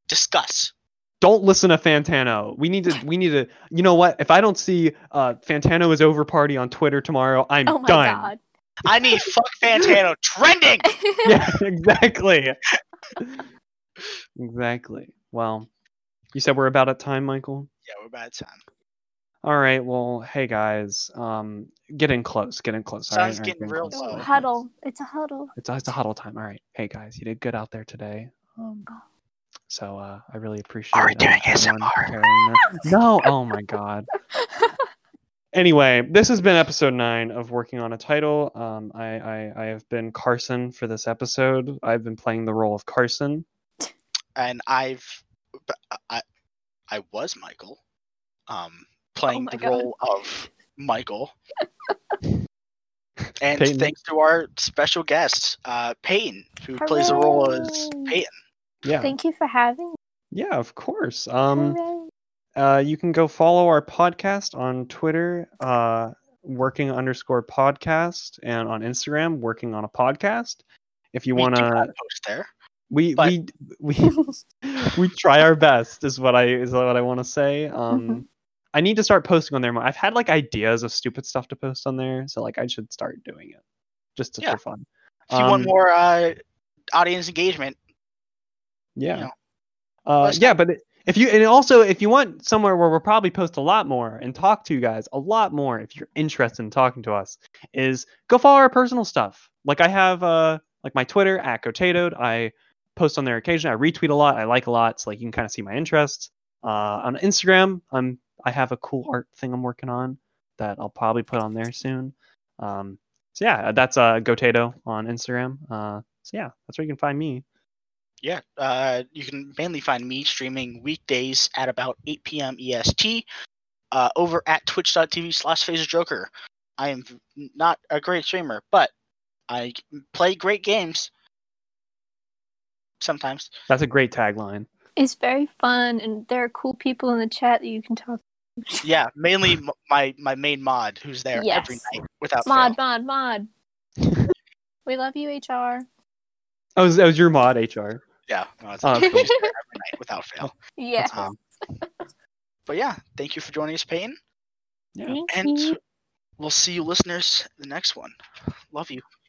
B: discuss.
A: Don't listen to Fantano. We need to. We need to. You know what? If I don't see uh, Fantano is over party on Twitter tomorrow, I'm
C: oh my
A: done.
C: god.
B: I need fuck Fantano trending.
A: Yeah, exactly. exactly. Well, you said we're about at time, Michael.
B: Yeah, we're about time.
A: All right. Well, hey guys, um, get in close. Get in close. all right? All
B: Sun's
A: right,
B: getting
A: get in
B: real
A: close,
B: low.
A: get in close.
C: huddle. It's a huddle.
A: It's, it's a huddle time. All right. Hey guys, you did good out there today. Um,
C: Oh.
A: so uh, I really appreciate.
B: Are we
A: um,
B: doing
A: everyone
B: ASMR?
A: preparing their- No. Oh my god. Anyway, this has been episode nine of working on a title. Um, I, I I have been Carson for this episode. I've been playing the role of Carson.
B: and I've but I I was Michael, um, playing
C: Oh my
B: the
C: God.
B: role of Michael. and
A: Peyton.
B: thanks to our special guest, uh, Peyton, who plays the role as
C: Hooray.
B: Peyton.
A: Yeah.
C: Thank you for having me.
A: yeah. Of course. Um.
C: Hooray.
A: Uh, you can go follow our podcast on Twitter, uh, working underscore podcast, and on Instagram, working on a podcast. If you
B: We
A: want
B: do not
A: to,
B: post there?
A: we
B: but-
A: we we we try our best. Is what I is what I want to say. Um, I need to start posting on there. more. I've had like ideas of stupid stuff to post on there, so like I should start doing it just to,
B: Yeah.
A: for fun.
B: If you want
A: Um,
B: more uh, audience engagement,
A: Yeah.
B: know,
A: uh,
B: us
A: yeah, but it- if you and also if you want somewhere where we'll probably post a lot more and talk to you guys a lot more if you're interested in talking to us is go follow our personal stuff. Like I have uh like my Twitter at Cotatoed. I post on there occasionally. I retweet a lot. I like a lot. So like you can kind of see my interests. Uh, on Instagram, I'm I have a cool art thing I'm working on that I'll probably put on there soon. Um, so yeah, that's uh Gotato on Instagram. Uh, so yeah, that's where you can find me.
B: yeah, uh, you can mainly find me streaming weekdays at about 8 p.m. EST E uh, over at twitch.tv slash phaserjoker. I am not a great streamer, but I play great games sometimes.
A: That's a great tagline.
C: It's very fun, and there are cool people in the chat that you can talk.
B: Yeah, mainly m- my, my main mod who's there every
C: Yes.
B: night without
C: Mod,
B: fail.
C: mod, mod. we love you, HR.
A: That was, that was your mod HR.
B: Yeah, no, it's
A: Oh,
B: every
A: that's cool.
B: night without fail.
C: yeah.
B: Um, but yeah, thank you for joining us, Peyton,
A: yeah.
C: Thank
B: and
C: you.
B: we'll see you listeners in the next one. Love you.